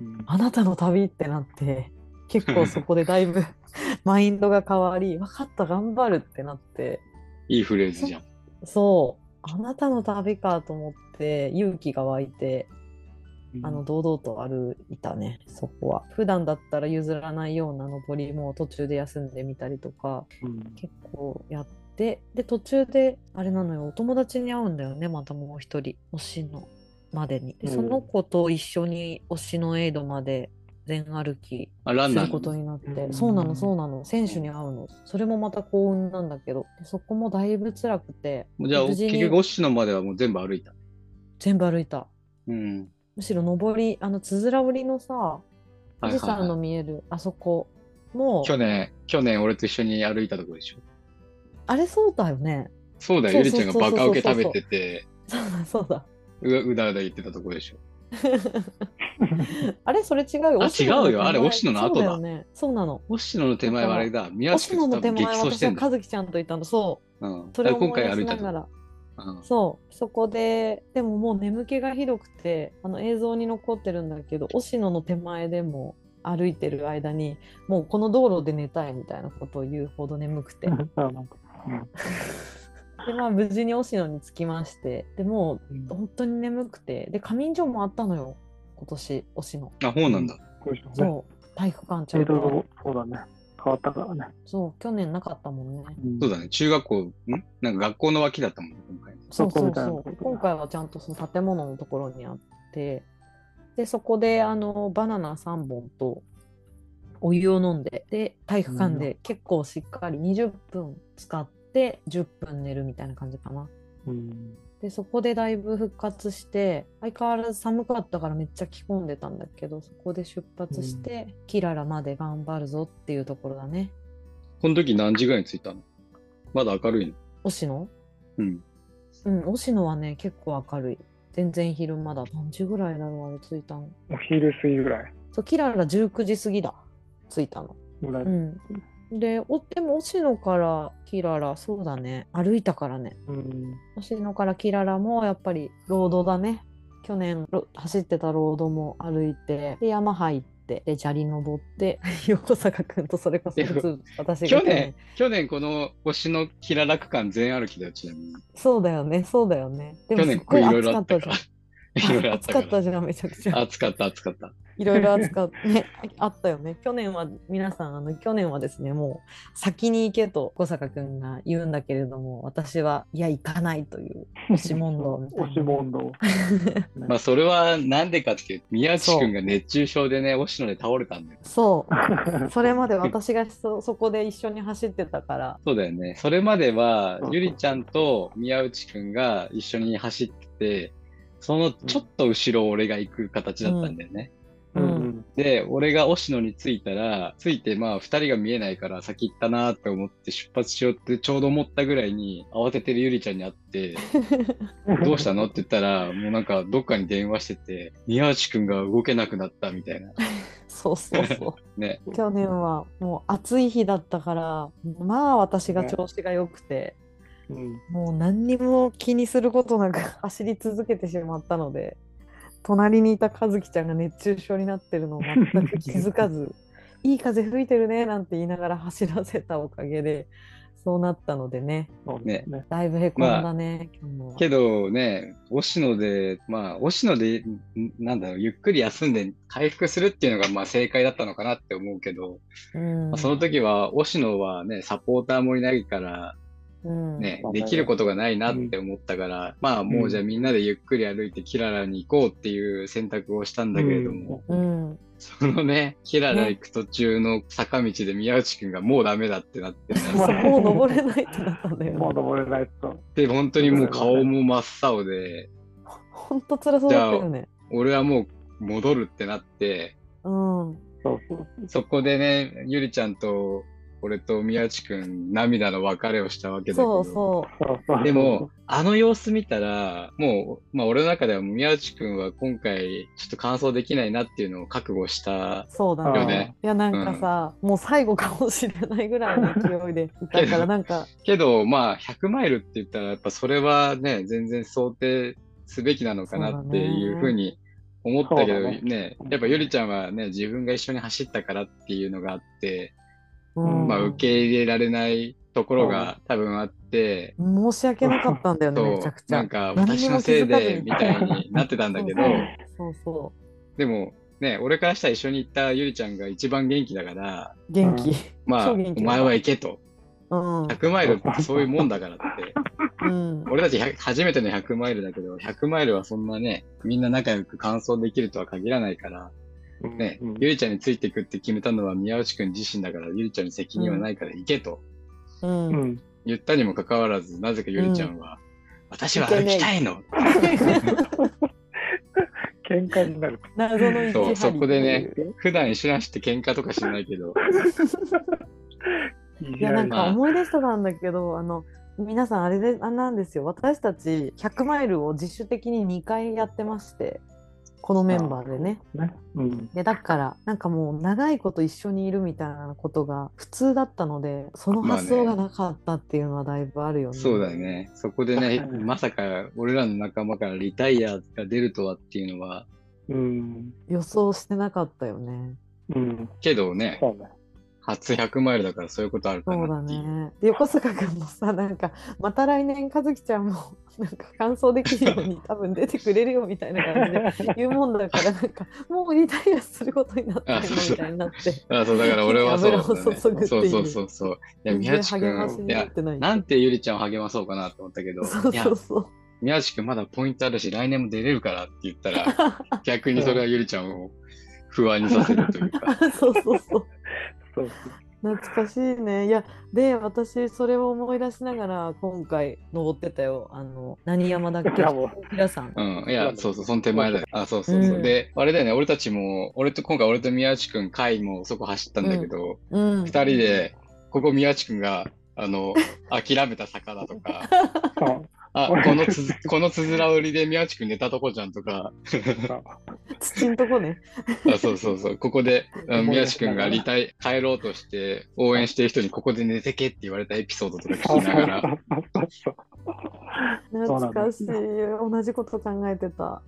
Speaker 3: うん
Speaker 1: あなたの旅ってなって結構そこでだい ぶマインドが変わり分かった頑張るってなって
Speaker 2: いいフレーズじゃん。
Speaker 1: そうあなたの旅かと思って勇気が湧いて
Speaker 3: うん
Speaker 1: あの堂々と歩いたねそこは普段だったら譲らないような登りも途中で休んでみたりとか
Speaker 3: うん
Speaker 1: 結構やってで途中であれなのよお友達に会うんだよねまたもう一人推しのまでにで
Speaker 3: うん
Speaker 1: その子と一緒に推しのエイドまで全歩き
Speaker 2: あ、ラン
Speaker 1: す
Speaker 2: ナ
Speaker 1: る
Speaker 2: ーな
Speaker 1: こ
Speaker 2: んだ
Speaker 1: とになって、
Speaker 3: うん
Speaker 1: そうなのそうなの選手に会うのそれもまた幸運なんだけどでそこもだいぶ辛くて
Speaker 2: もうじゃあ、
Speaker 1: 無
Speaker 2: 結
Speaker 1: 事に
Speaker 2: 局、オッシュのまではもう全部歩いた。
Speaker 1: 全部歩いた
Speaker 2: うん。
Speaker 1: むしろ上りあのつづら折りのさ
Speaker 2: は
Speaker 1: 富
Speaker 2: い
Speaker 1: 士
Speaker 2: はい
Speaker 1: 山の
Speaker 2: はい、
Speaker 1: 見えるあそこも
Speaker 2: 去年、去年俺と一緒に歩いたとこでしょ。
Speaker 1: あれそうだよね
Speaker 2: そうだよ、
Speaker 1: そ
Speaker 2: ゆ
Speaker 1: う
Speaker 2: り
Speaker 1: そう
Speaker 2: ちゃんがバカウケ食べてて、
Speaker 1: そうだそうだ
Speaker 2: ううだうだ言ってたとこでしょ。
Speaker 1: あれそれ違うよ
Speaker 2: あ
Speaker 1: 星野の
Speaker 2: 違うよあれ
Speaker 1: 手前
Speaker 2: 星野の後だ
Speaker 1: そうだよねそうなの
Speaker 2: オッシュのの手前はあれだ、宮
Speaker 1: 星
Speaker 2: 地
Speaker 1: 野
Speaker 2: と
Speaker 1: の
Speaker 2: 多
Speaker 1: 手
Speaker 2: 分
Speaker 1: 前
Speaker 2: 激走して
Speaker 1: 私
Speaker 2: ん
Speaker 1: も
Speaker 2: だ。
Speaker 1: 和樹ちゃんといたのそう
Speaker 2: うん、
Speaker 1: それを
Speaker 2: だから今
Speaker 1: 思い
Speaker 2: 回
Speaker 1: 出
Speaker 2: 歩
Speaker 1: し
Speaker 2: いた
Speaker 1: な
Speaker 2: とこ
Speaker 1: がら
Speaker 2: うん
Speaker 1: そうそこででももう眠気がひどくてあの映像に残ってるんだけど星野の手前でも歩いてる間にもうこの道路で寝たいみたいなことを言うほど眠くて
Speaker 3: あなんか
Speaker 1: でまあ無事に押野に着きましてでも
Speaker 3: うん
Speaker 1: う本当に眠くてで仮眠所もあったのよ今年押野
Speaker 2: あ、そうなんだ。
Speaker 3: こういう人もね
Speaker 1: そう体育館ちゃ
Speaker 3: え
Speaker 1: ん
Speaker 3: ー
Speaker 1: と
Speaker 3: とそうだね変わったからね
Speaker 1: そう去年なかったもんね
Speaker 2: そうだね、中学校、んなんか学校の脇だったもん、今回。
Speaker 1: そうそう
Speaker 3: 倉庫みたいなと
Speaker 1: そう
Speaker 3: こね
Speaker 1: 今回はちゃんとその建物のところにあってでそこであのバナナ3本とお湯を飲んでで体育館で結構しっかり20分使って10分寝るみたいな感じかな
Speaker 3: うん
Speaker 1: でそこでだいぶ復活して相変わらず寒かったからめっちゃ着込んでたんだけどそこで出発して、キララまで頑張るぞっていうところだね
Speaker 2: この時何時ぐらいに着いたのまだ明るいの。
Speaker 1: 押野
Speaker 2: うん。
Speaker 1: うん押野はね結構明るい全然昼間だ何時ぐらいだろうあれ着いたの
Speaker 3: お昼過ぎぐらい
Speaker 1: そうキララ19時過ぎだ着いたの
Speaker 3: ぐらい
Speaker 1: うんでおでも押野からキララそうだね歩いたからね
Speaker 3: うん
Speaker 1: 星野からキララもやっぱりロードだね去年ロ走ってたロードも歩いてで山入ってで砂利登って 横坂君とそれこそ普通私が
Speaker 2: 去年、去年この星のキララ区間全歩きだよ、ちな みに。
Speaker 1: そうだよねそうだよねでも
Speaker 2: 去
Speaker 1: す
Speaker 2: 年
Speaker 1: っ
Speaker 2: こ
Speaker 1: ご
Speaker 2: れ
Speaker 1: い
Speaker 2: いろい
Speaker 1: 暑
Speaker 2: ろ
Speaker 1: か
Speaker 2: あ
Speaker 1: っ
Speaker 2: った
Speaker 1: た
Speaker 2: か
Speaker 1: じ
Speaker 2: ら
Speaker 1: ゃ。
Speaker 2: いろ
Speaker 1: ん暑かったじゃんめ
Speaker 2: いろあったから。
Speaker 1: ちゃくちゃ
Speaker 2: 暑かった、暑かった。
Speaker 1: いろいろ暑かったねああったよね去年は皆さんあの去年はですねもう先に行けと小坂君が言うんだけれども私はいや行かないという押し問答みたいな
Speaker 3: 押し問答
Speaker 2: まあ、それはなんでかっていうと、宮地君が熱中症でね、星野で倒れたんだよ。
Speaker 1: そうそれまで私がそそこで一緒に走ってたから、
Speaker 2: そうだよね。それまでは
Speaker 3: う、ん
Speaker 2: ゆりちゃんと宮内君が一緒に走ってて、そのちょっと後ろを俺が行く形だったんだよね。
Speaker 3: うん
Speaker 2: で、俺が押野に着いたら、着いてまあ二人が見えないから先行ったなーって思って出発しようってちょうど思ったぐらいに慌ててるゆりちゃんに会 って、どうしたのって言ったら、もうなんかどっかに電話してて、宮内くんが動けなくなったみたいな。
Speaker 1: そうそうそ
Speaker 2: ね。
Speaker 1: う去年はもう暑い日だったからまあ私が調子が良くて、
Speaker 3: うん
Speaker 1: もう何にも気にすることなく 走り続けてしまったので隣にいた和樹ちゃんが熱中症になってるのを全く気づかずいい風吹いてるねなんて言いながら 走らせたおかげでそうなったのでね
Speaker 3: そうですね
Speaker 1: だいぶへこんだね、今日も
Speaker 2: けどね、押野で、まあ、押野で、んなんだろう、ゆっくり休んで回復するっていうのが、まあ、正解だったのかなって思うけど、
Speaker 1: うん
Speaker 2: まあ、その時は、押野はね、サポーターもいないから、
Speaker 1: うん
Speaker 2: ね
Speaker 3: う、ん
Speaker 2: できることがないなって思ったから、まあ、もうじゃあみんなでゆっくり歩いてキララに行こうっていう選択をしたんだけれども、
Speaker 1: うん
Speaker 2: そのね、キララ行く途中の坂道で宮内くんがもうダメだってなって、
Speaker 1: そこを登れないってなったんだよ ね
Speaker 3: もう登れないと
Speaker 2: で、本当にもう顔も真っ青で、
Speaker 1: ほんと辛そうだったよね。
Speaker 2: 俺はもう戻るってなって、
Speaker 1: うん。
Speaker 3: そうそう
Speaker 2: そこでね、ゆりちゃんと俺と宮地くん涙の別れをしたわけだけ
Speaker 1: そ
Speaker 2: ど
Speaker 1: うそ
Speaker 2: でも、あの様子見たら、もう、まあ、俺の中では宮内くんは今回、ちょっと完走できないなっていうのを覚悟した
Speaker 1: う。そうだ
Speaker 3: よ
Speaker 1: ね
Speaker 2: ね。
Speaker 1: いやなんかさ、もう最後かもしれないぐらいの勢いでいたからなんか
Speaker 2: けど、まあ、100マイルって言ったら、やっぱそれはね、全然想定すべきなのかなっていうふうに思ったけ
Speaker 3: そう
Speaker 2: ど
Speaker 3: だ
Speaker 2: ね
Speaker 3: ね
Speaker 2: やっぱゆりちゃんはね、自分が一緒に走ったからっていうのがあって、
Speaker 1: うん
Speaker 2: まあ、受け入れられないところが多分あって、
Speaker 1: 申し訳なかったんだよねめちゃくちゃ。
Speaker 2: なんか
Speaker 1: 何にも
Speaker 2: 私のせいで
Speaker 1: 気
Speaker 2: み
Speaker 1: づかず
Speaker 2: た
Speaker 1: に
Speaker 2: いになってたんだけど、
Speaker 1: そうそ
Speaker 2: でもね、俺からしたら一緒に行ったゆりちゃんが一番元気だから、
Speaker 1: う元気。
Speaker 2: まあ、
Speaker 1: 超
Speaker 2: お
Speaker 1: 元気だ
Speaker 2: 前は行けと。
Speaker 1: うん
Speaker 2: 100マイルってそういうもんだからって。
Speaker 1: うん。
Speaker 2: 俺たち100初めての100マイルだけど、100マイルはそんなね、みんな仲良く完走できるとは限らないから、
Speaker 3: うん
Speaker 2: ね
Speaker 3: うん、
Speaker 2: ゆりちゃんについてくって決めたのは宮内くん自身だから、ゆりちゃんに責任はないから行けと
Speaker 1: うん
Speaker 3: う。ん
Speaker 2: 言ったにもかかわらず、なぜかゆりちゃんは、私は歩きたいの
Speaker 3: 喧嘩になる。
Speaker 1: 謎の一
Speaker 2: そうそこでね
Speaker 1: っていう
Speaker 2: 普段一緒に走って喧嘩とかしないけど、
Speaker 1: いやなん
Speaker 2: ま
Speaker 1: か
Speaker 2: あ
Speaker 1: 思い出してたんだけどあの皆さんあれであなんですよ私たち100マイルを自主的に2回やってましてこのメンバーでね
Speaker 3: ね。うん。
Speaker 1: でだからなんかもう長いこと一緒にいるみたいなことが普通だったのでその発想
Speaker 2: ま
Speaker 1: が
Speaker 2: あ
Speaker 1: なかったっていうのはだいぶあるよね。
Speaker 2: そうだよね。そこでね、まさか俺らの仲間からリタイアが出るとはっていうのは、
Speaker 3: うん。
Speaker 1: 予想してなかったよね。
Speaker 3: うん。
Speaker 2: けどね、
Speaker 3: そうね。
Speaker 2: 初100マイルだからそういうことあるか
Speaker 1: そう
Speaker 2: な
Speaker 1: だ
Speaker 2: っていう。
Speaker 1: ね。で横坂君もさなんかまた来年和樹ちゃんも なんか感想できるように多分出てくれるよみたいな感じで 言うもんだからなんかもうリタイアすることになったよ
Speaker 2: あそうそ
Speaker 1: み
Speaker 2: う
Speaker 1: たいになって
Speaker 2: あそうだから俺はそうだったね。そ
Speaker 1: 油を注ぐ
Speaker 2: う
Speaker 1: って
Speaker 2: そ
Speaker 1: いう
Speaker 2: うそうそう。いや、
Speaker 1: 全
Speaker 2: 宮
Speaker 1: 然
Speaker 2: 地く
Speaker 1: 励まし
Speaker 2: ん、い
Speaker 1: にな
Speaker 2: や
Speaker 1: っ、てない
Speaker 2: なんてゆりちゃんを励まそうかなと思ったけど、
Speaker 1: そう
Speaker 2: いや
Speaker 1: そ、うそう
Speaker 2: 宮地くんまだポイントあるし、来年も出れるからって言ったら、 逆にそれはゆりちゃんを不安にさせるとい うか。
Speaker 1: そうそうそう
Speaker 3: そう
Speaker 1: 懐かしいねいやで私それを思い出しながら今回登ってたよあの何山だっけ
Speaker 3: いやも
Speaker 1: 平さん
Speaker 2: うん、いや、そうそう、その手前だよ。あ、そうそうそう。
Speaker 1: うん
Speaker 2: で、あれだよね、俺たちも、俺と、今回俺と宮地くん、会もそこ走ったんだけど、
Speaker 1: うん
Speaker 2: 二人で、ここ宮地くんが、あの、諦めた坂だとか、
Speaker 3: そう。
Speaker 2: あ、このつづ、このつづら折りで宮地くん寝たとこじゃんとか、
Speaker 1: 土んとこね
Speaker 2: あそうそうそう、ここで、あの宮地くんがリタイ、帰ろうとして、応援してる人にここで寝てけって言われたエピソードとか聞き ながら、
Speaker 3: そう。
Speaker 1: 懐かしい同じこと考えて た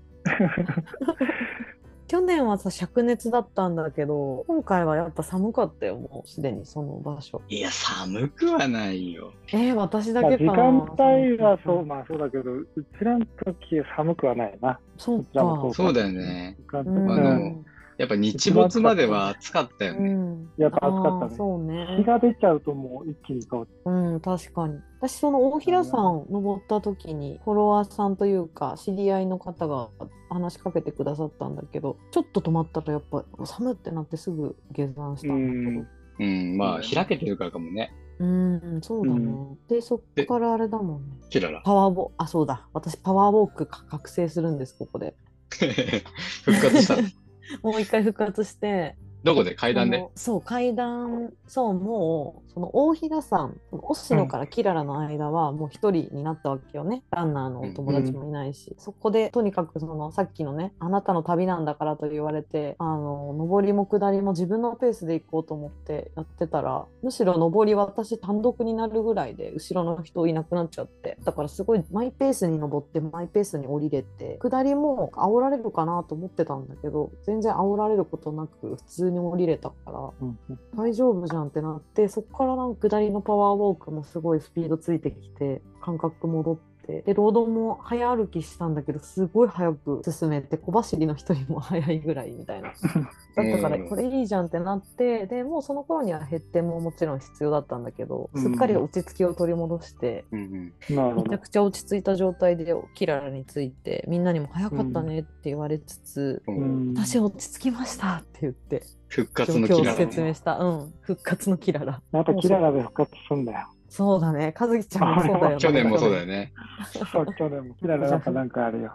Speaker 1: 去年はさ灼熱だったんだけど今回はやっぱ寒かったよもうすでにその場所
Speaker 2: いや、寒くはないよ。
Speaker 1: えー、私だ
Speaker 3: まあ
Speaker 1: けか
Speaker 3: 時
Speaker 1: な
Speaker 3: 間帯はそう、まあそうだけど、うちらの時寒くはないな。
Speaker 1: そう
Speaker 3: じゃあも
Speaker 1: か
Speaker 3: う
Speaker 2: そうだよね。
Speaker 3: 時間帯
Speaker 1: うん
Speaker 2: あ
Speaker 3: うん
Speaker 2: のやっぱ日没までは暑かったよね。
Speaker 1: ん、
Speaker 3: やっぱ暑かったね
Speaker 1: あーそう
Speaker 3: 日
Speaker 1: ね。
Speaker 3: が出ちゃうともう一気に変わっ
Speaker 1: うん、確かに。私、その大平さん登った時に、フォロワーさんというか、知り合いの方が話しかけてくださったんだけど、ちょっと止まったら、やっぱ寒ってなってすぐ下山した
Speaker 3: た。うん
Speaker 1: だけど
Speaker 3: ん。。
Speaker 2: うん、まあ、開けてるからかもね。
Speaker 1: うん、そうだね。
Speaker 3: うん
Speaker 1: で、そっからあれだもんね。
Speaker 2: キララ。
Speaker 1: パワーボあ、そうだ。私、パワーウォークか覚醒するんです、ここで。
Speaker 2: 復活した。
Speaker 1: もう一回復活して、
Speaker 2: どこで階段
Speaker 1: あ
Speaker 2: で
Speaker 1: のそう階段そうもうその大平さんそのオスノからキララの間はもう一人になったわけよね、ランナーのお友達もいないし、そこでとにかくそのさっきのねあなたの旅なんだからと言われてあの上りも下りも自分のペースで行こうと思ってやってたらむしろ上り私単独になるぐらいで後ろの人いなくなっちゃってだからすごいマイペースに登ってマイペースに降りれて下りも煽られるかなと思ってたんだけど全然煽られることなく普通に降りれたから
Speaker 3: うん
Speaker 1: 大丈夫じゃんってなってそこからなんか下りのパワーウォークもすごいスピードついてきて感覚戻ってでロードも早歩きしたんだけどすごい早く進めて小走りの人にも早いぐらいみ たいなだったから
Speaker 2: うん
Speaker 1: これいいじゃんってなってでもうその頃には減点ももちろん必要だったんだけど
Speaker 3: うん
Speaker 1: すっかり落ち着きを取り戻して
Speaker 2: うんうん。
Speaker 3: なる
Speaker 1: め
Speaker 3: ほ
Speaker 1: ちゃ
Speaker 3: ど。
Speaker 1: くちゃ落ち着いた状態でキララについてみんなにも早かったねって言われつつ、
Speaker 3: うん
Speaker 1: 私落ち着きましたって言って
Speaker 2: 復活
Speaker 1: 状
Speaker 2: のキ
Speaker 1: 況
Speaker 2: ラ
Speaker 1: を
Speaker 2: ラ
Speaker 1: 説。明した、うん、復活のキララ。
Speaker 3: またキララで復活すんだよ。
Speaker 1: そうだね、和樹ちゃんもそうだよね。
Speaker 2: 去年もそうだよね。
Speaker 3: そう、去年もキララなんかなんかあるよ。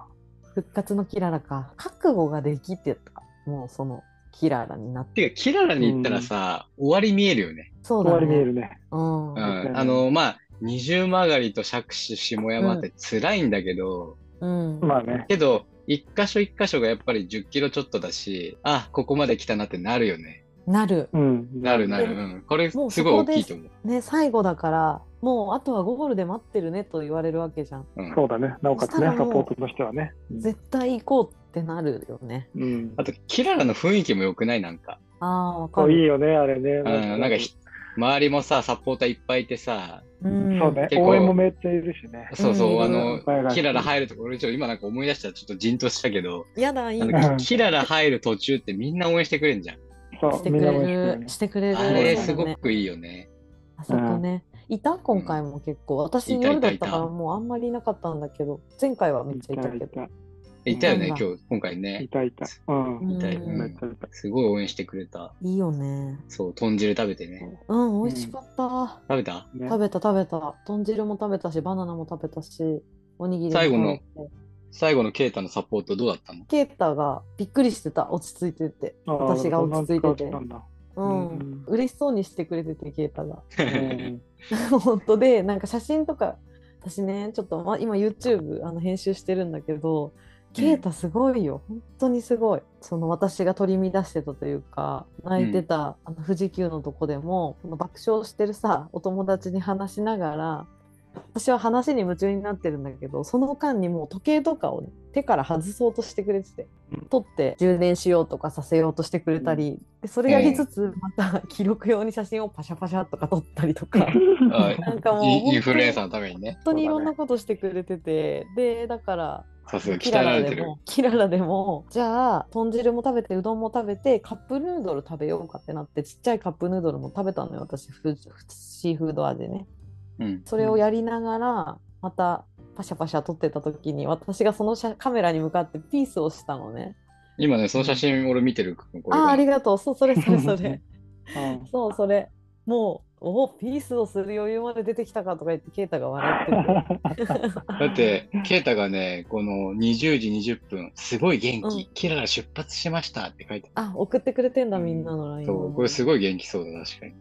Speaker 1: 復活のキララか。覚悟ができてた。もうそのキララになって
Speaker 2: てか、キララに行ったらさ、終わり見えるよね。
Speaker 1: そう
Speaker 3: 終わ
Speaker 1: だ
Speaker 3: り見え
Speaker 1: ね。
Speaker 3: るね。
Speaker 1: うんう
Speaker 2: う
Speaker 1: ん
Speaker 2: ん。あの、まあ、二重曲がりと杓子下山って辛いんだけど、
Speaker 3: まあね。
Speaker 2: けど、一箇所一箇所がやっぱり10キロちょっとだし、あ、ここまで来たなってなるよね。
Speaker 1: なる
Speaker 3: うん。
Speaker 2: なるなる。
Speaker 1: で
Speaker 2: うん。これ、す
Speaker 1: も
Speaker 2: ご
Speaker 1: う
Speaker 2: い
Speaker 1: そこ
Speaker 2: 大き
Speaker 1: で
Speaker 2: いと思う。
Speaker 1: ね最後だからもうあとはゴールで待ってるねと言われるわけじゃん
Speaker 2: うん
Speaker 3: そうだね。なおかつね、
Speaker 1: そし
Speaker 3: サ
Speaker 1: たらもう
Speaker 3: ポートとしてはね。
Speaker 1: 絶対行こうってなるよね
Speaker 3: うん
Speaker 2: あ。と、キララの雰囲気も良くないなんか。
Speaker 1: ああーわか
Speaker 3: そういい
Speaker 1: る
Speaker 3: よね、あれね。
Speaker 2: うん、なんかひ、周りもさ、サポーターいっぱいいてさ、
Speaker 1: うん
Speaker 3: そうね。
Speaker 2: 結構
Speaker 3: 応援もめっちゃいるしね。
Speaker 2: そうそ
Speaker 1: う
Speaker 2: う、
Speaker 1: ん
Speaker 2: あ
Speaker 3: はいは
Speaker 2: の、
Speaker 3: い
Speaker 2: キララ入るところ、俺ちょっと今なんか思い出したらちょっとじんとしたけど、
Speaker 1: やだいい
Speaker 2: あ
Speaker 1: ね
Speaker 2: のキララ入る途中ってみんな応援してくれんじゃん。
Speaker 3: そ
Speaker 1: し
Speaker 3: う、
Speaker 1: てく
Speaker 3: みんなも一
Speaker 1: れ
Speaker 3: 緒
Speaker 1: る
Speaker 3: に。
Speaker 1: してくれる
Speaker 2: あ
Speaker 1: そうだ
Speaker 2: れ、
Speaker 1: ね
Speaker 2: すごくいいよね。
Speaker 1: あそこね、いた今回も結構私
Speaker 2: いたいた
Speaker 1: 夜だったか
Speaker 2: い
Speaker 1: ら
Speaker 2: た
Speaker 1: もうあんまりいなかったんだけど前回はめっちゃいたけど
Speaker 3: いたい
Speaker 2: いたよね、
Speaker 1: う
Speaker 2: 今
Speaker 1: ん
Speaker 2: 日、今回
Speaker 3: た。い
Speaker 2: ね。
Speaker 3: たいた。うん。
Speaker 2: いたいた
Speaker 1: うん
Speaker 3: めっちゃいた。
Speaker 2: すごい応援してくれた。
Speaker 1: いいよね
Speaker 2: そう、豚汁食べてね。
Speaker 1: うん美味しかった、
Speaker 2: 食べた
Speaker 3: ね
Speaker 1: 食べた食べた豚汁も食べたしバナナも食べたしおにぎりも
Speaker 2: 最後の
Speaker 1: 食べて
Speaker 2: 最後のケイタのサポートどうだったの
Speaker 1: ケータがびっくりしてた落ち着いてて
Speaker 3: あー
Speaker 1: 私が落ち着いてて
Speaker 3: そんな
Speaker 1: う
Speaker 3: うん
Speaker 1: ん、
Speaker 3: うん
Speaker 1: 嬉しそうにしてくれててケータが
Speaker 3: 使 うんだう ん
Speaker 1: 本当でなんか写真とか私ねちょっと、ま、今 YouTube あの編集してるんだけどケータすごいよ、本当にすごいその私が取り乱してたというか泣いてた、あの富士急のとこでもその爆笑してるさお友達に話しながら私は話に夢中になってるんだけどその間にもう時計とかをね手から外そうとしてくれてて取って充電しようとかさせようとしてくれたり、でそれやりつつまた記録用に写真をパシャパシャっとか撮ったりとか
Speaker 2: あ
Speaker 1: なんかもう
Speaker 2: インインフルエ
Speaker 1: 本
Speaker 2: ンサーのためにね。
Speaker 1: 当にいろんなことしてくれてて、でだから
Speaker 2: さすが、鍛
Speaker 1: キ
Speaker 2: え
Speaker 1: ラ
Speaker 2: ら
Speaker 1: ラ
Speaker 2: れて
Speaker 1: で
Speaker 2: る。
Speaker 1: もキララでもじゃあ豚汁も食べてうどんも食べてカップヌードル食べようかってなってちっちゃいカップヌードルも食べたのよ私フフシーフード味ね
Speaker 2: うん。
Speaker 1: それをやりながらまたパシャパシャ撮ってた時に私がその写カメラに向かってピースをしたのね
Speaker 2: 今ね、その写真俺見てる。これ
Speaker 1: あーありがとうそうそれそれそ れ
Speaker 3: うん
Speaker 1: そうそれもうおピースをする余裕まで出てきたかとか言ってケイタが笑ってて
Speaker 2: だって、ケイタがね、この20時20分、すごい元気、キララ出発しましたって書いてあ
Speaker 1: あ送ってくれてんだみんなの
Speaker 2: る。
Speaker 1: LINE
Speaker 2: そ
Speaker 1: を
Speaker 2: う、これすごい元気そうだ、確かに。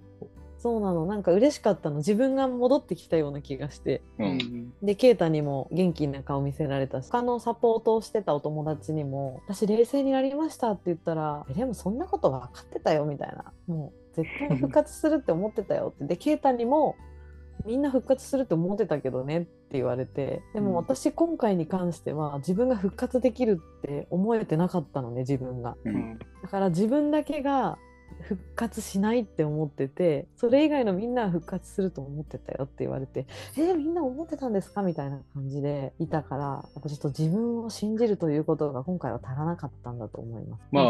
Speaker 1: そうなのなんか嬉しかったの自分が戻ってきたような気がして
Speaker 2: う。
Speaker 3: うんん
Speaker 1: でケイタにも元気な顔見せられたし他のサポートをしてたお友達にも「私冷静になりました」って言ったら「えでもそんなこと分かってたよ」みたいなもう絶対復活するって思ってたよってでケイタにも「みんな復活するって思ってたけどね」って言われてで
Speaker 3: うん
Speaker 1: も私今回に関しては自分が復活できるって思えてなかったのね自分が。
Speaker 2: う
Speaker 3: うんん
Speaker 1: だから自分だけが復活しないって思っててそれ以外のみんなは復活すると思ってたよって言われてえーみんな思ってたんですかみたいな感じでいたからやっぱちょっと自分を信じるということが今回は足らなかったんだと思います。あ
Speaker 2: ま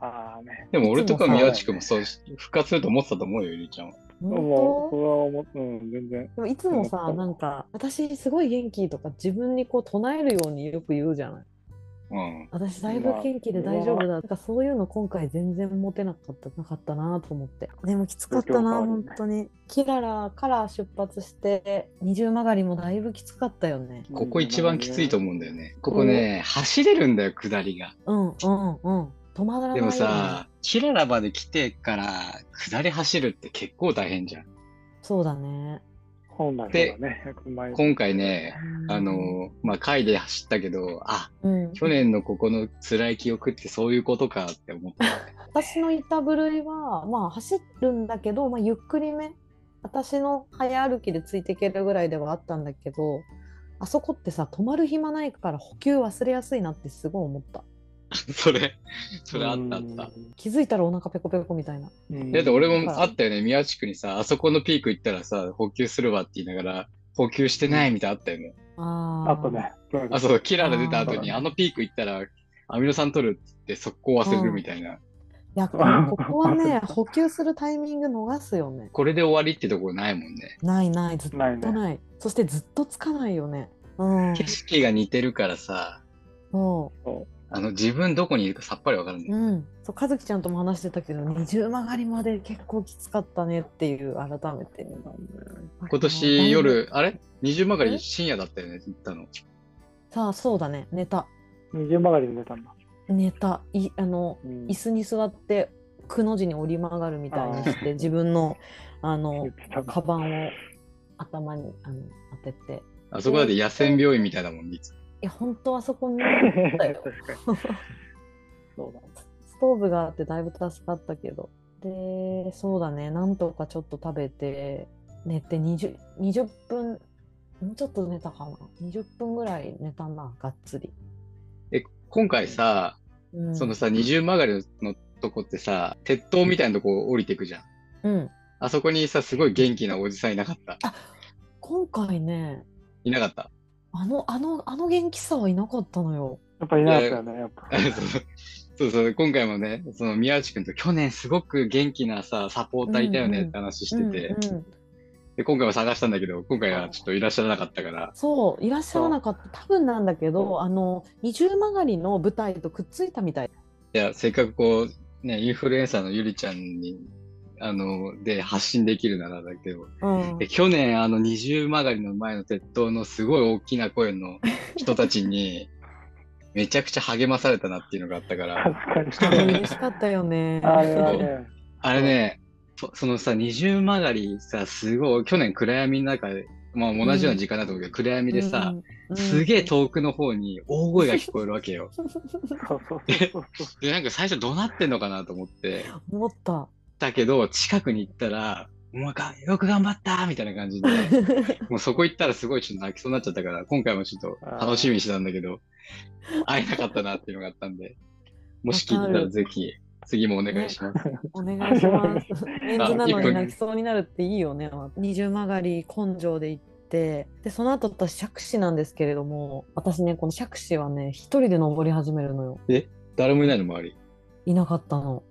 Speaker 2: あ、
Speaker 3: ああね。
Speaker 2: でも俺とか
Speaker 1: いつもさ
Speaker 2: 宮地君もそう、復活すると思ってたと思うよ、ゆりちゃんは。
Speaker 1: 本
Speaker 3: もう、
Speaker 1: 当
Speaker 3: それは思う。うん、全然。
Speaker 1: でもいつもさ
Speaker 3: うん
Speaker 1: なんか私すごい元気とか自分にこう唱えるようによく言うじゃない
Speaker 2: うん。
Speaker 1: 私だいぶ元気で大丈夫だなんかそういうの今回全然持てなかったなかったなと思ってでもきつかったな
Speaker 3: 状況変わる
Speaker 1: 本
Speaker 3: ね
Speaker 1: 当にキララから出発して二重曲がりもだいぶきつかったよね
Speaker 2: ここ一番きついと思うんだよね。ここね、走れるんだよ、下りが。
Speaker 1: うんうんうん止まらない
Speaker 2: で
Speaker 1: よね
Speaker 2: もさ、キララまで来てから、下り走るって結構大変じゃん。
Speaker 1: そうだね
Speaker 3: 本来そうだね。100万円
Speaker 2: 今回ね、
Speaker 1: うん
Speaker 2: あの、まあ、回で走ったけど、あ、
Speaker 1: うん、
Speaker 2: 去年のここの辛い記憶ってそういうことかって思った。
Speaker 1: 私のいた部類はまあ走るんだけど、まあ、ゆっくりめ私の早歩きでついていけるぐらいではあったんだけどあそこってさ止まる暇ないから補給忘れやすいなってすごい思った
Speaker 2: それ、それあったあった。。
Speaker 1: 気づいたらお腹ペコペコみたいな
Speaker 3: うん
Speaker 2: だって俺もあったよね、宮地区にさ、あそこのピーク行ったらさ、補給するわって言いながら、補給してないみたいなのあったよね。
Speaker 1: あ
Speaker 3: あとね。
Speaker 2: あ、そう、キララ出た後に、
Speaker 3: あー
Speaker 2: あのピーク行ったら、アミノ酸取るって言って速攻忘れるみたいな。
Speaker 1: いや、ここは ね、補給するタイミング逃すよね。
Speaker 2: これで終わりってとこないもんね。
Speaker 1: ないない、ずっと
Speaker 3: ないね。
Speaker 1: ない。そしてずっとつかないよね。うん。
Speaker 2: 景色が似てるからさ、
Speaker 1: そ
Speaker 2: あの自分どこにいるかさっぱりわかるん
Speaker 1: う。
Speaker 2: ない。
Speaker 1: うん。そう、和樹ちゃんとも話してたけど、二重曲がりまで結構きつかったねっていう、改めて。
Speaker 2: 今年。夜、あれ二重曲がり深夜だったよね、行ったの。
Speaker 1: さあ、そうだね、寝た。
Speaker 3: 二重曲がりで出たんだ。
Speaker 1: 寝たいあの
Speaker 3: うん
Speaker 1: 椅子に座ってくの字に折り曲がるみたいにして自分のあの
Speaker 3: 言ってた
Speaker 1: カバンを頭にあの当てて
Speaker 2: あそこだって野戦病院みたいだもんね。いつも
Speaker 1: いや本当あそ こにあったよ
Speaker 3: 確かに。そうだ。
Speaker 1: ストーブがあってだいぶ助かったけどでそうだねなんとかちょっと食べて寝て 20, 20分もうちょっと寝たかな20分ぐらい寝たながっつり、
Speaker 2: え、今回さ、
Speaker 1: うん、
Speaker 2: そのさ、二重曲がりのとこってさ、鉄塔みたいなとこ降りてくじゃん。
Speaker 1: うん
Speaker 2: あそこにさ、すごい元気なおじさんいなかった。
Speaker 1: 今回ね
Speaker 2: いなかった。
Speaker 1: あのあのあの元気さはいなかったのよ
Speaker 3: やっぱいなかったよね、やっぱ。
Speaker 2: そうそう、今回もね、その宮内くんと去年すごく元気なさ、サポーターいたよねって話してて、
Speaker 1: うんうん
Speaker 2: で今回も探したんだけど、今回はちょっといらっしゃらなかったから、
Speaker 1: そういらっしゃらなかった多分なんだけどあの二重曲がりの舞台とくっついたみたい
Speaker 2: いや、せっかくこう、ね、インフルエンサーのゆりちゃんに、あの、で発信できるならだけど、
Speaker 1: うん
Speaker 2: で去年あの二重曲がりの前の鉄塔のすごい大きな声の人たち に、めちゃくちゃ励まされたなっていうのがあったから、
Speaker 3: 確
Speaker 1: あ
Speaker 3: か
Speaker 1: れ
Speaker 3: に。
Speaker 1: 嬉しかったよね
Speaker 3: あれはね、
Speaker 2: あれね、そそのさ、二重曲がりさ、すごい、去年暗闇の中で、まあ同じような時間だと思うけど、暗闇でさ、すげえ遠くの方に大声が聞こえるわけよ。
Speaker 3: そうそうそうそう。
Speaker 2: で、なんか最初どうなってんのかなと思って、
Speaker 1: 思った
Speaker 2: だけど、近くに行ったら、お前か、よく頑張ったみたいな感 じで、もうそこ行ったらすごいちょっと泣きそうになっちゃったから、今回もちょっと楽しみにしてたんだけど、会えなかったなっていうのがあったん で、もし聞いてたらぜひ、次もお願いします。
Speaker 1: お願いします。 メンズなのに
Speaker 2: 一分
Speaker 1: 泣きそうになるっていいよね。二重曲がり根性で行って、で、その後私、杓子なんですけれども、私ね、この杓子はね、一人で登り始めるのよ。
Speaker 2: 誰もいないの周り。
Speaker 1: いなかったの。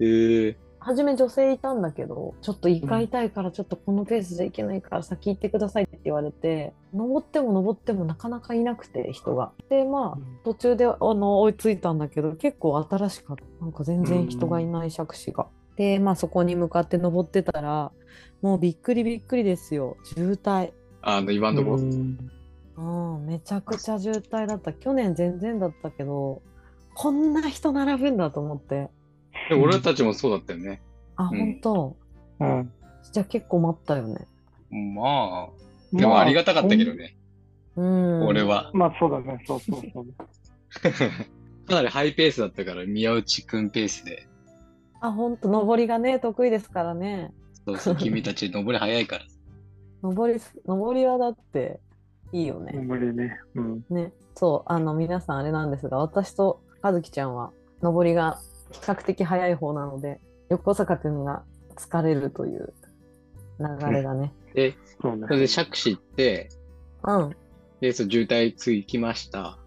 Speaker 2: へえ
Speaker 1: 初め女性いたんだけど、ちょっと胃が痛いから、ちょっとこのペースじゃいけないから先行ってくださいって言われて、登っても登ってもなかなかいなくて、人が。で、まあ、途中であの追いついたんだけど結構新しかったなんか全然人がいない杓子が。でまあそこに向かって登ってたらもうびっくりびっくりですよ渋滞。
Speaker 2: あの、今んとこ。
Speaker 1: うん、めちゃくちゃ渋滞だった去年全然だったけどこんな人並ぶんだと思って
Speaker 2: で俺たちもそうだったよね。
Speaker 1: あ、
Speaker 2: うん
Speaker 1: 本当
Speaker 3: うん。
Speaker 1: じゃあ結構待ったよね
Speaker 2: まあ、で
Speaker 3: で
Speaker 2: もありがたかったけど。ね、
Speaker 1: うん
Speaker 2: 俺は。
Speaker 3: まあそうだね、そうそうそう。
Speaker 2: かなりハイペースだったから、宮内くんペースで。
Speaker 1: あ本当登りがね得意ですからね
Speaker 2: そう そう、君たち登り早いから。
Speaker 1: 登りす登りはだっていいよね、
Speaker 3: 無理ね。うん。
Speaker 1: ね、そう、あの皆さんあれなんですが、私と和樹ちゃんは登りが比較的早い方なので、横坂くんが疲れるという流れだね。
Speaker 2: で、
Speaker 3: そうね
Speaker 2: そ。れで、杓子行って、
Speaker 1: うん、
Speaker 2: で、そう渋滞ついきました。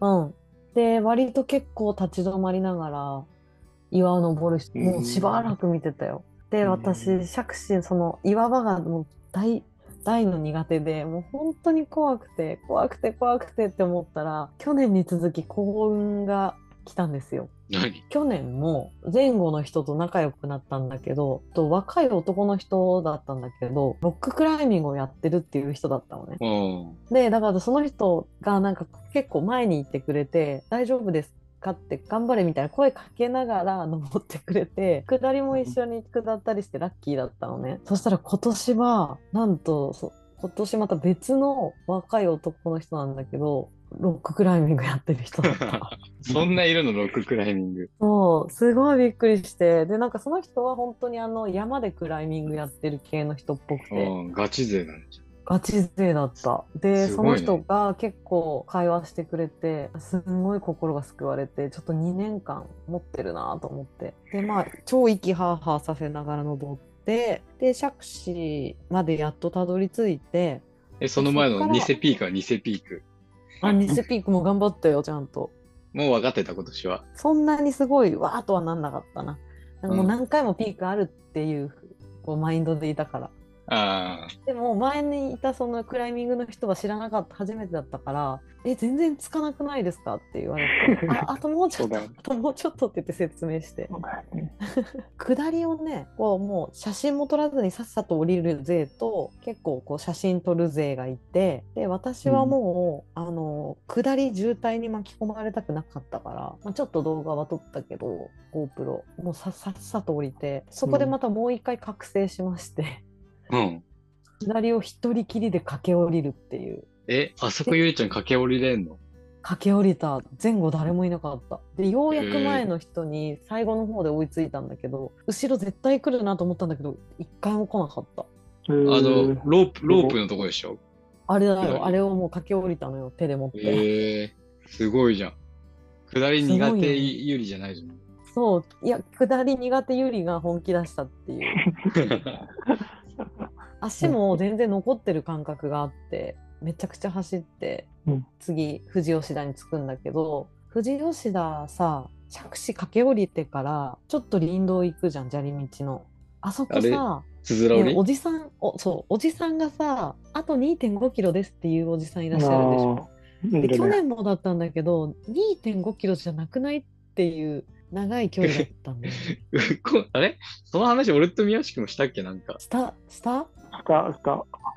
Speaker 1: うん。で、割と結構立ち止まりながら岩を登る人、もうしばらく見てたよ。で、
Speaker 3: うん
Speaker 1: 私、杓子、その岩場がもう大、大の苦手で、もう本当に怖くて、怖くて怖くてって思ったら、去年に続き幸運が来たんですよ。
Speaker 2: 何
Speaker 1: 去年も前後の人と仲良くなったんだけどと若い男の人だったんだけどロッククライミングをやってるっていう人だったのね
Speaker 2: うん。
Speaker 1: でだからその人がなんか結構前に行ってくれて「大丈夫ですか?」って「頑張れ」みたいな声かけながら 登ってくれて下りも一緒に下ったりしてラッキーだったのねそしたら今年はなんとそ今年また別の若い男の人なんだけどロッククライミングやってる人だった。
Speaker 2: そんないるの、ロッククライミング。
Speaker 1: そう、すごいびっくりして、で、なんかその人は本当にあの山でクライミングやってる系の人っぽく
Speaker 2: う
Speaker 1: て、
Speaker 2: ん、ガチ勢なんじ
Speaker 1: ガチ勢だった。で、
Speaker 2: す
Speaker 1: そ
Speaker 2: ごい
Speaker 1: の
Speaker 2: ね
Speaker 1: 人が結構会話してくれて、すんごい心が救われて、ちょっと2年間持ってるなと思って。で、まあ、超息ハーハーさせながら登って、で、杓子までやっとたどり着いて、
Speaker 2: ゃん。え、その前
Speaker 1: そっ
Speaker 2: の
Speaker 1: から
Speaker 2: 偽ピークは偽ピーク。
Speaker 1: あ、ニセピークも頑張ったよ、ちゃんと。
Speaker 2: もう分かってた、今年は。
Speaker 1: そんなにすごいわーっとはなんなかったな。なんかもううん何回もピークあるっていうこうマインドでいたから。
Speaker 2: あ
Speaker 1: でも前にいたそのクライミングの人は知らなかった初めてだったから「え全然つかなくないですか?」って言われ て「ああともうちょっと
Speaker 3: そうだよね
Speaker 1: あともうちょっと」って言って説明して下りをねこうもう写真も撮らずにさっさと降りる勢と結構こう写真撮る勢がいてで私はもう、あの下り渋滞に巻き込まれたくなかったから、まあ、ちょっと動画は撮ったけど GoPro もうささっさと降りてそこでまたもう一回覚醒しまして。
Speaker 2: あ。うん。
Speaker 1: 左を一人きりで駆け下りるっていう
Speaker 2: え、あそこゆりちゃん駆け下りれんの
Speaker 1: 駆け下りた前後誰もいなかったでようやく前の人に最後の方で追いついたんだけど後ろ絶対来るなと思ったんだけど一回も来なかった
Speaker 2: あの、
Speaker 3: の、
Speaker 2: ロープ、ロープのとこでしょ
Speaker 1: あれだ
Speaker 2: はい
Speaker 1: よあれをもう駆け下りたのよ手で持って、
Speaker 2: へえすごいじゃん。下り
Speaker 1: す
Speaker 2: 苦
Speaker 1: ごいね
Speaker 2: 手ゆりじゃないじゃん。
Speaker 1: そういや下り苦手ゆりが本気出したっていう足も全然残ってる感覚があってめちゃくちゃ走って、
Speaker 3: うん
Speaker 1: 次富士吉田に着くんだけど富士吉田さ着地駆け下りてからちょっと林道行くじゃん砂利道のあそこさ
Speaker 2: つづら折
Speaker 1: ね
Speaker 2: り
Speaker 1: おじさんおそうおじさんがさあと2 5キロですっていうおじさんいらっしゃるでしょ
Speaker 3: あーい
Speaker 1: で
Speaker 3: るね
Speaker 1: 去年もだったんだけど2 5キロじゃなくないっていう長い距離だったんだよね
Speaker 2: こあれその話俺と宮敷もしたっけなんか。
Speaker 1: 下下
Speaker 3: スタ、スタ。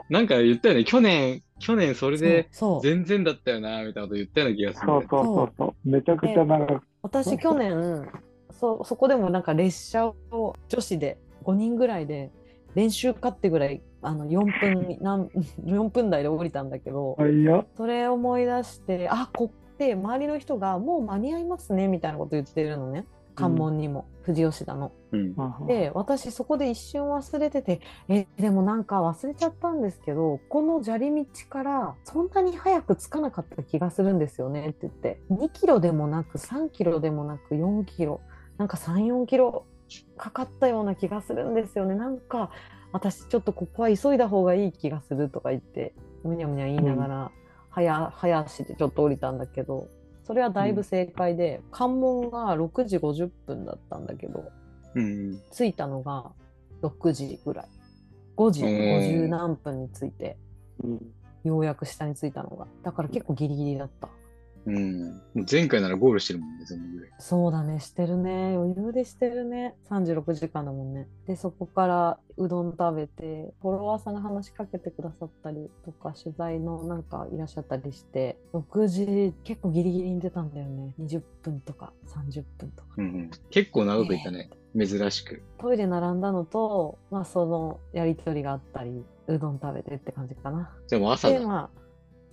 Speaker 2: なんか言ったよね。去年、去年それで
Speaker 1: そうそう
Speaker 2: 全然だったよな、みたいなこと言ったような気がする
Speaker 3: そ
Speaker 2: ん
Speaker 3: う
Speaker 2: だよね。
Speaker 3: そうそうそう。めちゃくちゃ長く。
Speaker 1: 私去年そそこでもなんか列車を女子で5人ぐらいで練習かってぐらいあの4分 何4分台で降りたんだけど
Speaker 3: あ、いや。
Speaker 1: それ思い出してあこって周りの人がもう間に合いますねみたいなこと言ってるのね関門にも、富士吉田の。
Speaker 2: うん。
Speaker 1: で私そこで一瞬忘れててえでもなんか忘れちゃったんですけどこの砂利道からそんなに早く着かなかった気がするんですよねって言って2キロでもなく3キロでもなく4キロなんか34キロかかったような気がするんですよねなんか私ちょっとここは急いだ方がいい気がするとか言ってむにゃむにゃ言いながら早早足でちょっと降りたんだけどそれはだいぶ正解で関門が6時50分だったんだけど。
Speaker 2: うん。
Speaker 1: 着いたのが6時ぐらい5時
Speaker 2: うん
Speaker 1: 50何分に着いてようやく下に着いたのがだから結構ギリギリだった
Speaker 2: うん。もう前回ならゴールしてるもんね、そのぐらい。
Speaker 1: そうだねしてるね余裕でしてるね36時間だもんねでそこからうどん食べてフォロワーさんが話しかけてくださったりとか取材のなんかいらっしゃったりして6時結構ギリギリに出たんだよね20分とか30分とか
Speaker 2: うんうん。結構長くいたね。珍しく。
Speaker 1: トイレ並んだのとまあそのやり取りがあったりうどん食べてって感じかな
Speaker 2: でも朝
Speaker 1: で
Speaker 2: だ。
Speaker 1: まあ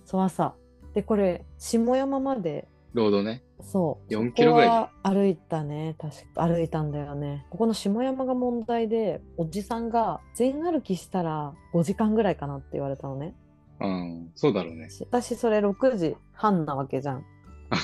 Speaker 1: そう朝でこれ下山まで
Speaker 2: ロードね。
Speaker 1: そう
Speaker 2: 4キロぐらい
Speaker 1: ここは歩いたね確か歩いたんだよねここの下山が問題でおじさんが全歩きしたら5時間ぐらいかなって言われたのね
Speaker 2: うん。そうだろうね。
Speaker 1: し私それ6時半なわけじゃん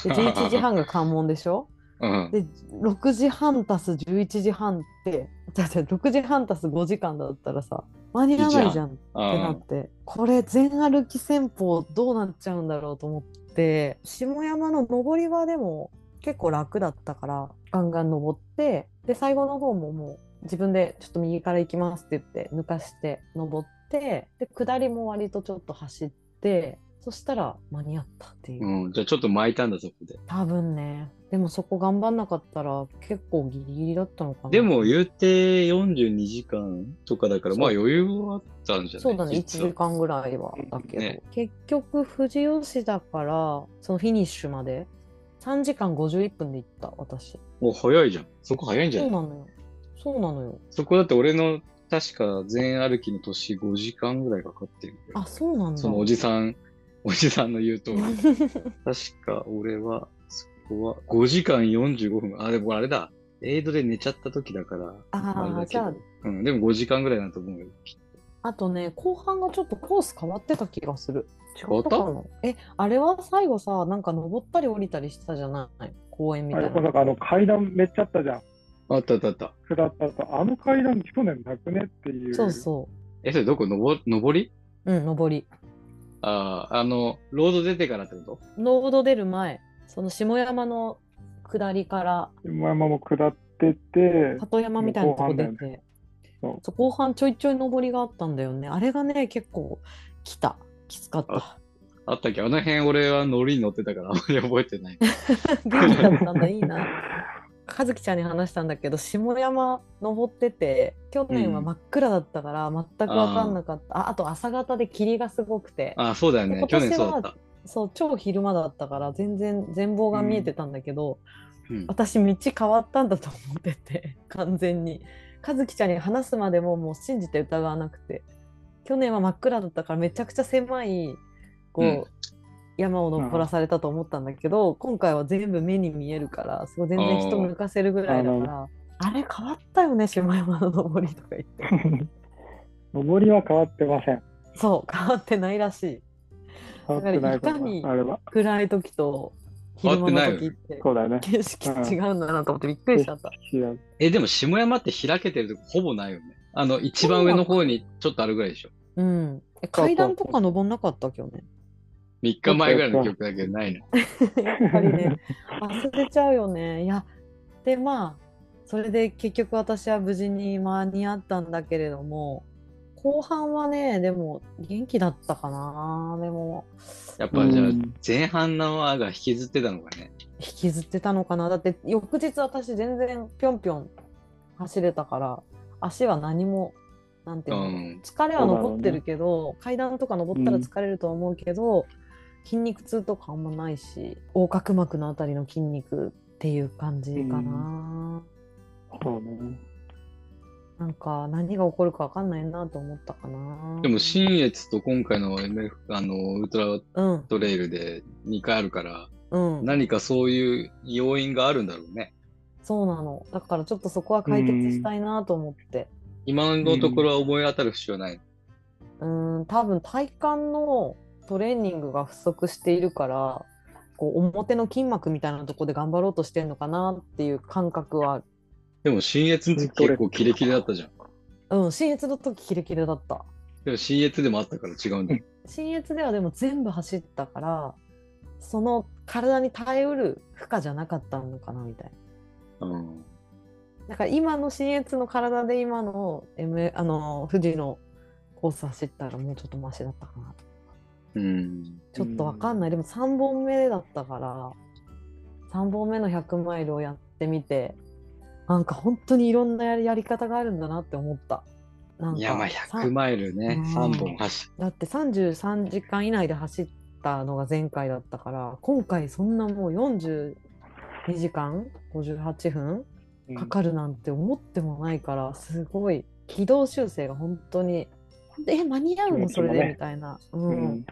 Speaker 1: で11時。半が関門でし ょ
Speaker 2: うん。
Speaker 1: で6時半足す11時半ってじゃじゃ6時半足す5時間だったらさ間に合わないじゃんってな
Speaker 2: あ
Speaker 1: ってこれ全歩き戦法どうなっちゃうんだろうと思って下山の登りはでも結構楽だったからガンガン登ってで最後の方ももう自分でちょっと右から行きますって言って抜かして登ってで下りも割とちょっと走ってそしたら間に合ったっていう、
Speaker 2: うん。じゃあちょっと巻いたんだ、そこで。
Speaker 1: 多分ねでもそこ頑張んなかったら結構ギリギリだったのかな
Speaker 2: でも言うて42時間とかだから、
Speaker 1: そう
Speaker 2: まあ余裕はあったんじゃない
Speaker 1: そうだね1
Speaker 2: 実は
Speaker 1: 時間ぐらいはだけど、
Speaker 2: ね
Speaker 1: 結局富士吉田からそのフィニッシュまで3時間51分で行った私
Speaker 2: もう早いじゃん。そこ早いんじゃ
Speaker 1: そう
Speaker 2: ない
Speaker 1: なのよそうなのよ
Speaker 2: そこだって俺の確か全歩きの年5時間ぐらいかかってるんだよ
Speaker 1: あそうなんだ
Speaker 2: そのおじさん、おじさんの言う通り。確か俺は、そこは5時間45分。あ、でもあれだ。エイドで寝ちゃった時だから。
Speaker 1: あ
Speaker 2: れ
Speaker 1: あ
Speaker 2: だ
Speaker 1: じ
Speaker 2: け
Speaker 1: ゃ
Speaker 2: ど
Speaker 1: あ。
Speaker 2: うん、でも5時間ぐらいだと思うよ。
Speaker 1: あとね後半がちょっとコース変わってた気がする
Speaker 2: 変わった
Speaker 1: 違かなえあれは最後さなんか登ったり降りたりしたじゃない公園み
Speaker 3: あ
Speaker 1: たい
Speaker 3: れ
Speaker 1: な
Speaker 3: こそなんかあの階段めっちゃあったじゃん。
Speaker 2: あったあったあった。
Speaker 3: 下ったと。あの階段去年なくねっていう。
Speaker 1: そうそ
Speaker 2: え、それどこ登登り
Speaker 1: ううん登り
Speaker 2: ああ、あの、ロード出てからってこと
Speaker 1: ロード出る前その下山の下りから
Speaker 3: 山も下ってて、
Speaker 1: 里山みたいなとこ出
Speaker 3: 後半
Speaker 1: て、
Speaker 3: そう
Speaker 1: そう後半ちょいちょい登りがあったんだよねあれがね結構来たきつかった
Speaker 2: あったっけあの辺俺は乗りに乗ってたからあんまり覚えてない。
Speaker 1: 元気だったんだいいな和樹ちゃんに話したんだけど下山登ってて去年は真っ暗だったから全く分かんなかった、ああと朝方で霧がすごくて
Speaker 2: あ、そうだ よね。
Speaker 1: 今
Speaker 2: 去
Speaker 1: 年
Speaker 2: 年
Speaker 1: は
Speaker 2: そうだった。
Speaker 1: そう超昼間だったから全然全貌が見えてたんだけど、
Speaker 2: うん、
Speaker 1: 私道変わったんだと思ってて完全に和樹ちゃんに話すまでももう信じて疑わなくて去年は真っ暗だったからめちゃくちゃ狭いこう、
Speaker 2: うん
Speaker 1: 山を登らされたと思ったんだけど、今回は全部目に見えるからすごい全然人抜かせるぐらいだからあれ変わったよね下山の登りとか言って
Speaker 3: 上りは変わってません。
Speaker 1: そう変わってないらしい
Speaker 3: 変わってないこ
Speaker 1: だからい
Speaker 3: と
Speaker 1: かに
Speaker 3: あれば。
Speaker 1: 暗い時と昼間の時って
Speaker 3: そうだよね。
Speaker 1: 景色違うんだなと思ってびっくりしちゃった。
Speaker 3: 違う
Speaker 2: え、でも下山って開けてるとこほぼないよね。あの、一番上の方にちょっとあるぐらいでしょ。
Speaker 1: うん、え階段とか登んなかった去年
Speaker 2: 3日前ぐらいの記憶だけどないの。
Speaker 1: やっぱりね忘れちゃうよね。いやでまあそれで結局私は無事に間に合ったんだけれども後半はねでも元気だったかなでも
Speaker 2: やっぱじゃあ
Speaker 3: うん
Speaker 2: 前半の輪が引きずってたのかね。
Speaker 1: 引きずってたのかなだって翌日私全然ぴょんぴょん走れたから足は何もなんていうの、
Speaker 2: うん
Speaker 1: 疲れは残ってるけど、階段とか登ったら疲れると思うけど、筋肉痛とかあんまないし横隔膜のあたりの筋肉っていう感じかな、
Speaker 3: そうね。
Speaker 1: なんか何が起こるかわかんないなと思ったかな
Speaker 2: でも新越と今回の MF、あの、ウルトラ
Speaker 1: うん
Speaker 2: トレイルで2回あるから、
Speaker 1: うん
Speaker 2: 何かそういう要因があるんだろうね。
Speaker 1: そうなのだからちょっとそこは解決したいなと思って、
Speaker 2: 今のところは思い当たる節はない。
Speaker 1: うーん多分体幹のトレーニングが不足しているからこう表の筋膜みたいなとこで頑張ろうとしてるのかなっていう感覚は
Speaker 2: でも新越の時結構キレキレだったじゃん。
Speaker 1: うん新越の時キレキレだった
Speaker 2: でも新越でもあったから違うんだよ。
Speaker 1: 新越ではでも全部走ったからその体に耐えうる負荷じゃなかったのかなみたいな
Speaker 2: うん。
Speaker 1: だから今の新越の体で今の,、M、あの富士のコース走ったらもうちょっとマシだったかな
Speaker 2: うん。
Speaker 1: ちょっとわかんない、でも3本目だったから3本目の100マイルをやってみてなんか本当にいろんなやりやり方があるんだなって思った。なんか
Speaker 2: いや、まあ
Speaker 1: さ
Speaker 2: 100マイルね、
Speaker 1: うん
Speaker 2: 3本走っ
Speaker 1: だって33時間以内で走ったのが前回だったから今回そんなもう42時間58分かかるなんて思ってもないからすごい軌道修正が本当にえ間に合うのそれ
Speaker 3: 気持ちも
Speaker 1: で
Speaker 3: ね
Speaker 1: みたいな。
Speaker 3: う
Speaker 1: うん
Speaker 3: ん。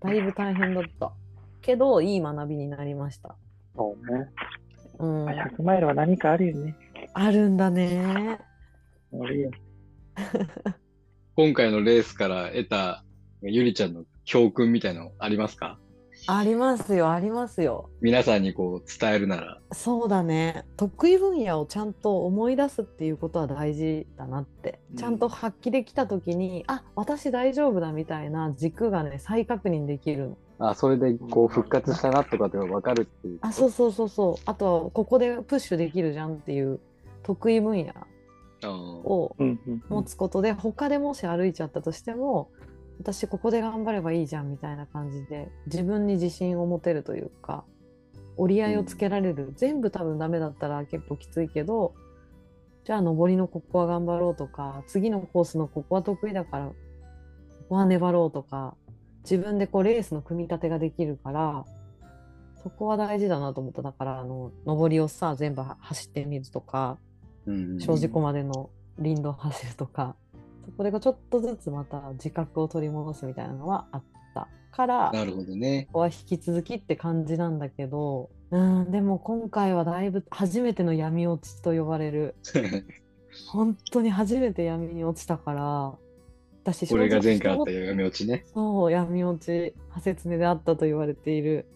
Speaker 1: だいぶ大変だったけどいい学びになりました。
Speaker 3: そうね。
Speaker 1: うん、
Speaker 3: 100マイルは何かあるよね。
Speaker 1: あるんだね。
Speaker 3: あるよ。
Speaker 2: 今回のレースから得たゆりちゃんの教訓みたいのありますか
Speaker 1: ありますよありますよ。
Speaker 2: 皆さんにこう伝えるなら。
Speaker 1: そうだね得意分野をちゃんと思い出すっていうことは大事だなって、
Speaker 3: うん
Speaker 1: ちゃんと発揮できた時にあ私大丈夫だみたいな軸がね再確認できるの
Speaker 2: あ、それで
Speaker 3: こう復活した
Speaker 2: なとかって分かるっていう
Speaker 1: あそうそうそうそうあとはここでプッシュできるじゃんっていう得意分野を
Speaker 3: うんうんう
Speaker 1: 持
Speaker 3: ん。
Speaker 1: つことで他でもし歩いちゃったとしても私ここで頑張ればいいじゃんみたいな感じで自分に自信を持てるというか折り合いをつけられる、全部多分ダメだったら結構きついけどじゃあ上りのここは頑張ろうとか次のコースのここは得意だからここは粘ろうとか自分でこうレースの組み立てができるからそこは大事だなと思っただからあの上りをさ全部は走ってみるとか
Speaker 2: うん
Speaker 1: 小事故までの林道を走るとか、そこでがちょっとずつまた自覚を取り戻すみたいなのはあったから
Speaker 2: なるほどね。
Speaker 1: ここは引き続きって感じなんだけどうんでも今回はだいぶ初めての闇落ちと呼ばれる本当に初めて闇に落ちたから私
Speaker 2: これが前回あっ
Speaker 1: 人ご
Speaker 2: た闇落ちね。
Speaker 1: そう闇落ち破説ねであったと言われてい る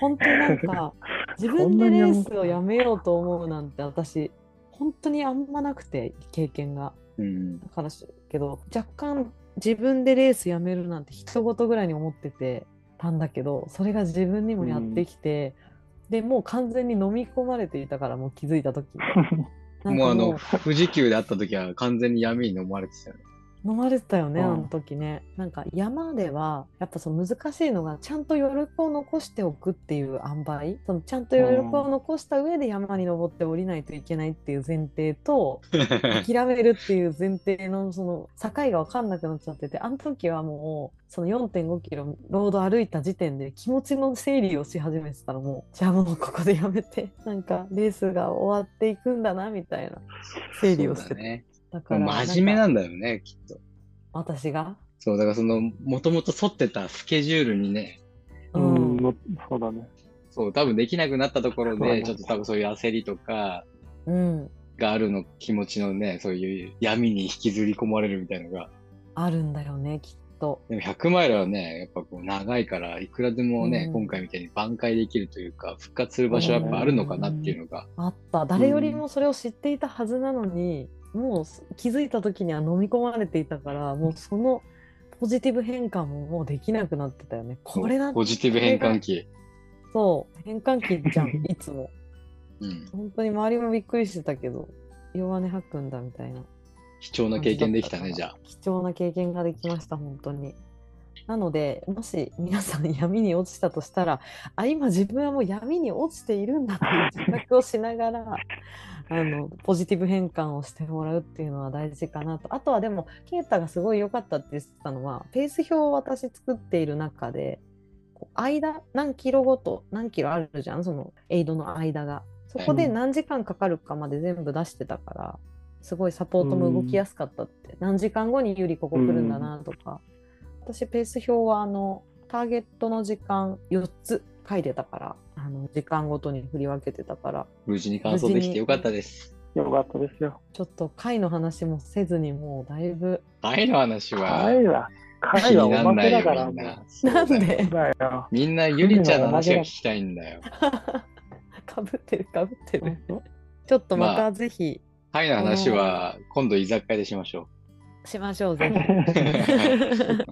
Speaker 1: 本当なんか自分でレースをやめようと思うなんて私本当にあんまなくて経験が
Speaker 2: うん。
Speaker 1: だからしけど若干自分でレースやめるなんて人事ぐらいに思っててたんだけどそれが自分にもやってきて、でもう完全に飲み込まれていたからもう気づいた時になん
Speaker 2: もう
Speaker 1: かも
Speaker 2: あ の、富士急で会った時は完全に闇に飲まれてたよね。
Speaker 1: う飲まれてたよね、
Speaker 3: うん
Speaker 1: あの時ねなんか山ではやっぱその難しいのがちゃんと余力を残しておくっていう塩梅そのちゃんと余力を残した上で山に登って降りないといけないっていう前提と諦めるっていう前提のその境が分かんなくなっちゃっててあの時はもうその4.5キロロード歩いた時点で気持ちの整理をし始めてたらもうじゃあもうここでやめてなんかレースが終わっていくんだなみたいな整理をして
Speaker 2: そう
Speaker 1: た
Speaker 2: だね。
Speaker 1: だか
Speaker 2: もう
Speaker 1: ら
Speaker 2: 真面目
Speaker 1: なんか
Speaker 2: なんだよね、きっと。
Speaker 1: 私が
Speaker 2: そう、だからその、もともと沿ってたスケジュールにね、
Speaker 3: う、
Speaker 1: うんん
Speaker 3: のそうだね。
Speaker 2: そう、多分できなくなったところ
Speaker 3: そうだね
Speaker 2: で、ちょっと多分そういう焦りとか
Speaker 1: うん
Speaker 2: があるの気持ちのね、そういう闇に引きずり込まれるみたいのが、
Speaker 1: あるんだよねきっと
Speaker 2: でも100マイルはね、やっぱこう長いから、いくらでもね、
Speaker 1: うん
Speaker 2: 今回みたいに挽回できるというか、復活する場所はやっぱあるのかなっていうのが、
Speaker 1: あった誰よりもそれを知っていたはずなのに、もう気づいた時には飲み込まれていたからもうそのポジティブ変換ももうできなくなってたよねこれだ
Speaker 2: ポジティブ変換期。
Speaker 1: そう変換期じゃんいつも
Speaker 2: うん。
Speaker 1: 本当に周りもびっくりしてたけど弱音吐くんだみたいな
Speaker 2: 貴重な経験できたね、じゃあ。
Speaker 1: 貴重な経験ができました本当になのでもし皆さん闇に落ちたとしたらあ今自分はもう闇に落ちているんだという自覚をしながら あのポジティブ変換をしてもらうっていうのは大事かなとあとはでも啓太がすごい良かったって言ってたのはペース表を私作っている中でこう間何キロごと何キロあるじゃんそのエイドの間がそこで何時間かかるかまで全部出してたから、すごいサポートも動きやすかったって、何時間後にゆりここ来るんだなとか、私ペース表はあのターゲットの時間4つ書いてたからあの時間ごとに振り分けてたから
Speaker 2: 無事に完走できてよかったです。
Speaker 3: よかったですよ。
Speaker 1: ちょっと回の話もせずにもうだいぶ
Speaker 2: 愛の話は
Speaker 3: 会は、
Speaker 2: 気
Speaker 3: 会は
Speaker 2: に
Speaker 3: お
Speaker 2: なん
Speaker 3: ま
Speaker 2: な
Speaker 3: け
Speaker 2: い
Speaker 3: だ
Speaker 2: よ
Speaker 3: から、
Speaker 2: みん
Speaker 3: も
Speaker 2: な
Speaker 3: う。。
Speaker 1: なん
Speaker 2: そうだよ
Speaker 1: で
Speaker 3: そうだよ。
Speaker 2: みんなゆりちゃんの話が聞きたいんだよ。
Speaker 1: かぶってるかぶってるちょっとま
Speaker 2: まあ
Speaker 1: たぜひ
Speaker 2: 愛の話は今度居酒屋でしましょ
Speaker 1: しましょうぜ
Speaker 2: う。
Speaker 1: ひ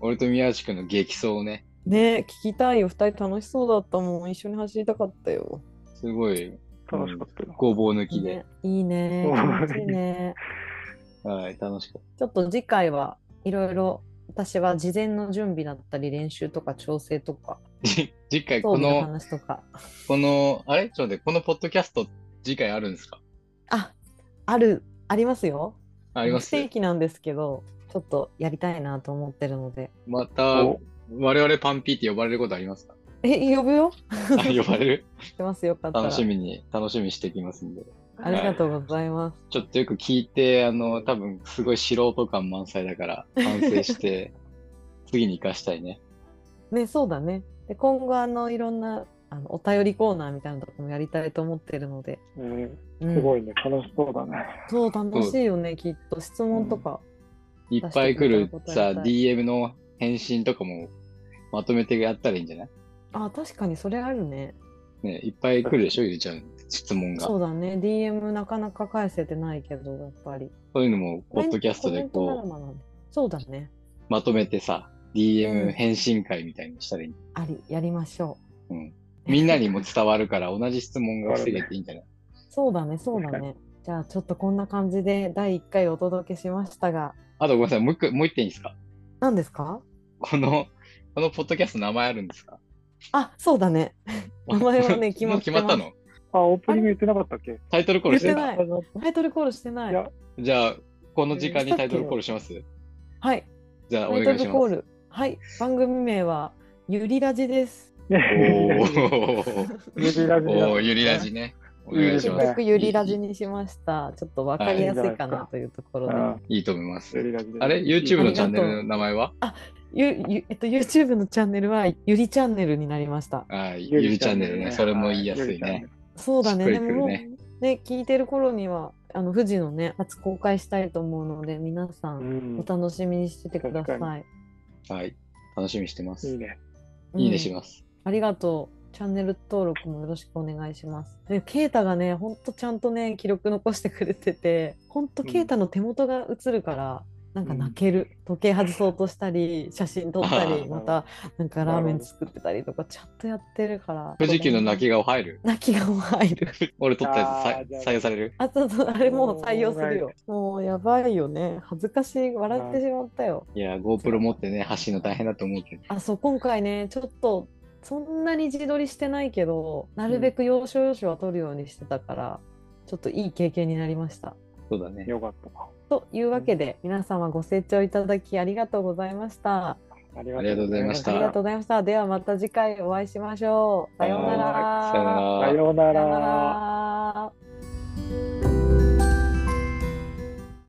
Speaker 2: 俺と宮地君の激走をね、
Speaker 1: ね聞きたいよ2人楽しそうだったもん一緒に走りたかったよ
Speaker 2: すごい
Speaker 3: 楽しかったよ。
Speaker 2: ごぼう抜きで
Speaker 1: ね、いいね
Speaker 3: うん
Speaker 1: 気持ちいいね
Speaker 2: はい、楽しかっ
Speaker 1: ちょっと次回はいろいろ私は事前の準備だったり練習とか調整とか
Speaker 2: た。じ次回、
Speaker 1: 装
Speaker 2: こ
Speaker 1: 備の
Speaker 2: の、
Speaker 1: 話とか
Speaker 2: この、あれちょっと待って、このポッドキャスト、次回あるんですか
Speaker 1: ああるありますよ
Speaker 2: ありま
Speaker 1: 不
Speaker 2: す
Speaker 1: 定期なんですけどちょっとやりたいなと思ってるので
Speaker 2: また、
Speaker 3: お
Speaker 2: 我々パンピーって呼ばれることありますか
Speaker 1: え呼ぶよ
Speaker 2: あ呼ば れる
Speaker 1: してますよかったら
Speaker 2: 楽しみに、楽しみにしてきますんで。
Speaker 1: ありがとうございます
Speaker 2: ちょっとよく聞いて、あの、多分すごい素人感満載だから、反 省して、次に生かしたいね。
Speaker 1: ねそうだねで今後あのいろんなあのお便りコーナーみたいなのとかもやりたいと思ってるので、
Speaker 3: うん
Speaker 1: うん、
Speaker 3: すごいね、楽しそうだね。
Speaker 1: そう楽しいよねきっと質問とか、
Speaker 2: いっぱい来る
Speaker 1: 出してくれた
Speaker 2: さ、
Speaker 1: ら答えたい
Speaker 2: DM の返信とかもまとめてやったらいいんじゃない
Speaker 1: あ確かにそれあるね
Speaker 2: ね、いっぱい来るでしょ、ゆりちゃん、質問が。
Speaker 1: そ
Speaker 2: そう
Speaker 1: だね DM なかなか返せてないけどやっぱり
Speaker 2: ういうのも、ポッドキャスト
Speaker 1: コメ
Speaker 2: で
Speaker 1: ント
Speaker 2: こ
Speaker 1: 仲間なんでそうだね
Speaker 2: う、まとめてさ、
Speaker 1: うん
Speaker 2: DM 返信会みたいにしたらいい。
Speaker 1: ありやりましょ
Speaker 2: うん。みんなにも伝わるから、同じ質問が防げていいんじゃないう
Speaker 1: そうだねそうだねじゃあちょっとこんな感じで第1回お届けしましたが
Speaker 2: あとごめんなさい、もう一個、もう一点いいですか
Speaker 1: 何ですか
Speaker 2: この、このポッドキャスト名前あるんですか
Speaker 1: あそうだね名前はね決ま
Speaker 2: もう
Speaker 1: ってま
Speaker 2: 決
Speaker 1: す
Speaker 2: まったの
Speaker 3: あ、オープニング言ってなかったっけ
Speaker 2: タイトルコールして
Speaker 1: 言って
Speaker 2: た
Speaker 1: ないタイトルコールしてないい
Speaker 3: や
Speaker 2: じゃあ、この時間にタイトルコールします
Speaker 1: はい
Speaker 2: じゃあ、お
Speaker 1: タイト
Speaker 2: 願いし
Speaker 1: ル
Speaker 2: ま
Speaker 1: コー
Speaker 2: す。
Speaker 1: ルはい番組名はゆりラジです
Speaker 2: おー
Speaker 3: ゆりラジだ
Speaker 2: おー、ゆりラジね。お願いし
Speaker 1: 結
Speaker 2: ます。
Speaker 1: 局ゆりラジにしましたちょっとわかりやすいかなというところで、
Speaker 3: あ
Speaker 2: いいと思います
Speaker 3: ゆ。りラジ
Speaker 2: あれ ?YouTube のチャンネ
Speaker 1: あり
Speaker 2: ル
Speaker 1: が
Speaker 2: の名前は
Speaker 1: ゆゆえっと YouTube のチャンネルはゆりチャンネルになりました
Speaker 2: はい、ゆりチャンネルね。それも言いやすい。
Speaker 3: はい
Speaker 2: ね。
Speaker 1: そうだね、
Speaker 2: しっ
Speaker 1: で
Speaker 2: くりく
Speaker 1: もも
Speaker 2: る
Speaker 1: う
Speaker 2: ね
Speaker 1: ね、聞いてる頃には、あの富士のね、初公開したいと思うので、皆さ
Speaker 3: ゆりチャンネルね
Speaker 1: ん、
Speaker 3: うん
Speaker 1: お楽しみにしててくださ
Speaker 3: 確か
Speaker 1: い。
Speaker 2: はい。楽しみにしてます。
Speaker 3: いい
Speaker 2: い
Speaker 3: ね。
Speaker 2: いねし
Speaker 1: うん
Speaker 2: ます。
Speaker 1: ありがとう。チャンネル登録もよろしくお願いします。で、ケイタがね、ほんとちゃんとね、記録残してくれてて、ほんとケイタの手元が映るから、なんか泣ける、時計外そうとしたり写真撮った
Speaker 2: あ
Speaker 1: り
Speaker 3: ー
Speaker 1: またなんかラーメン作ってたりとかちゃんとやってるから
Speaker 2: 富士急の泣き顔入る
Speaker 1: 泣き顔入る
Speaker 2: 俺撮った
Speaker 3: あ
Speaker 2: や
Speaker 3: ー
Speaker 2: つ
Speaker 3: じゃあ
Speaker 2: さ採用される
Speaker 1: あとあれもう採用する
Speaker 3: お
Speaker 1: よもうやばいよね恥ずかしい笑ってしまったよ
Speaker 2: いやー GoPro 持ってね走るの大変だと思うけど
Speaker 1: あそう今回ねちょっとそんなに自撮りしてないけどなるべく要所要所は撮るようにしてたから、ちょっといい経験になりました
Speaker 2: そうだね
Speaker 3: よかった。
Speaker 1: というわけで皆様ご清聴いただきありがとうございました
Speaker 3: あり
Speaker 2: ありがとうございまし
Speaker 1: あ
Speaker 2: た
Speaker 1: りがとうございましたではまた次回お会いしましょうさようなら
Speaker 2: さよなら
Speaker 3: さような
Speaker 1: さような
Speaker 3: ら。
Speaker 1: ら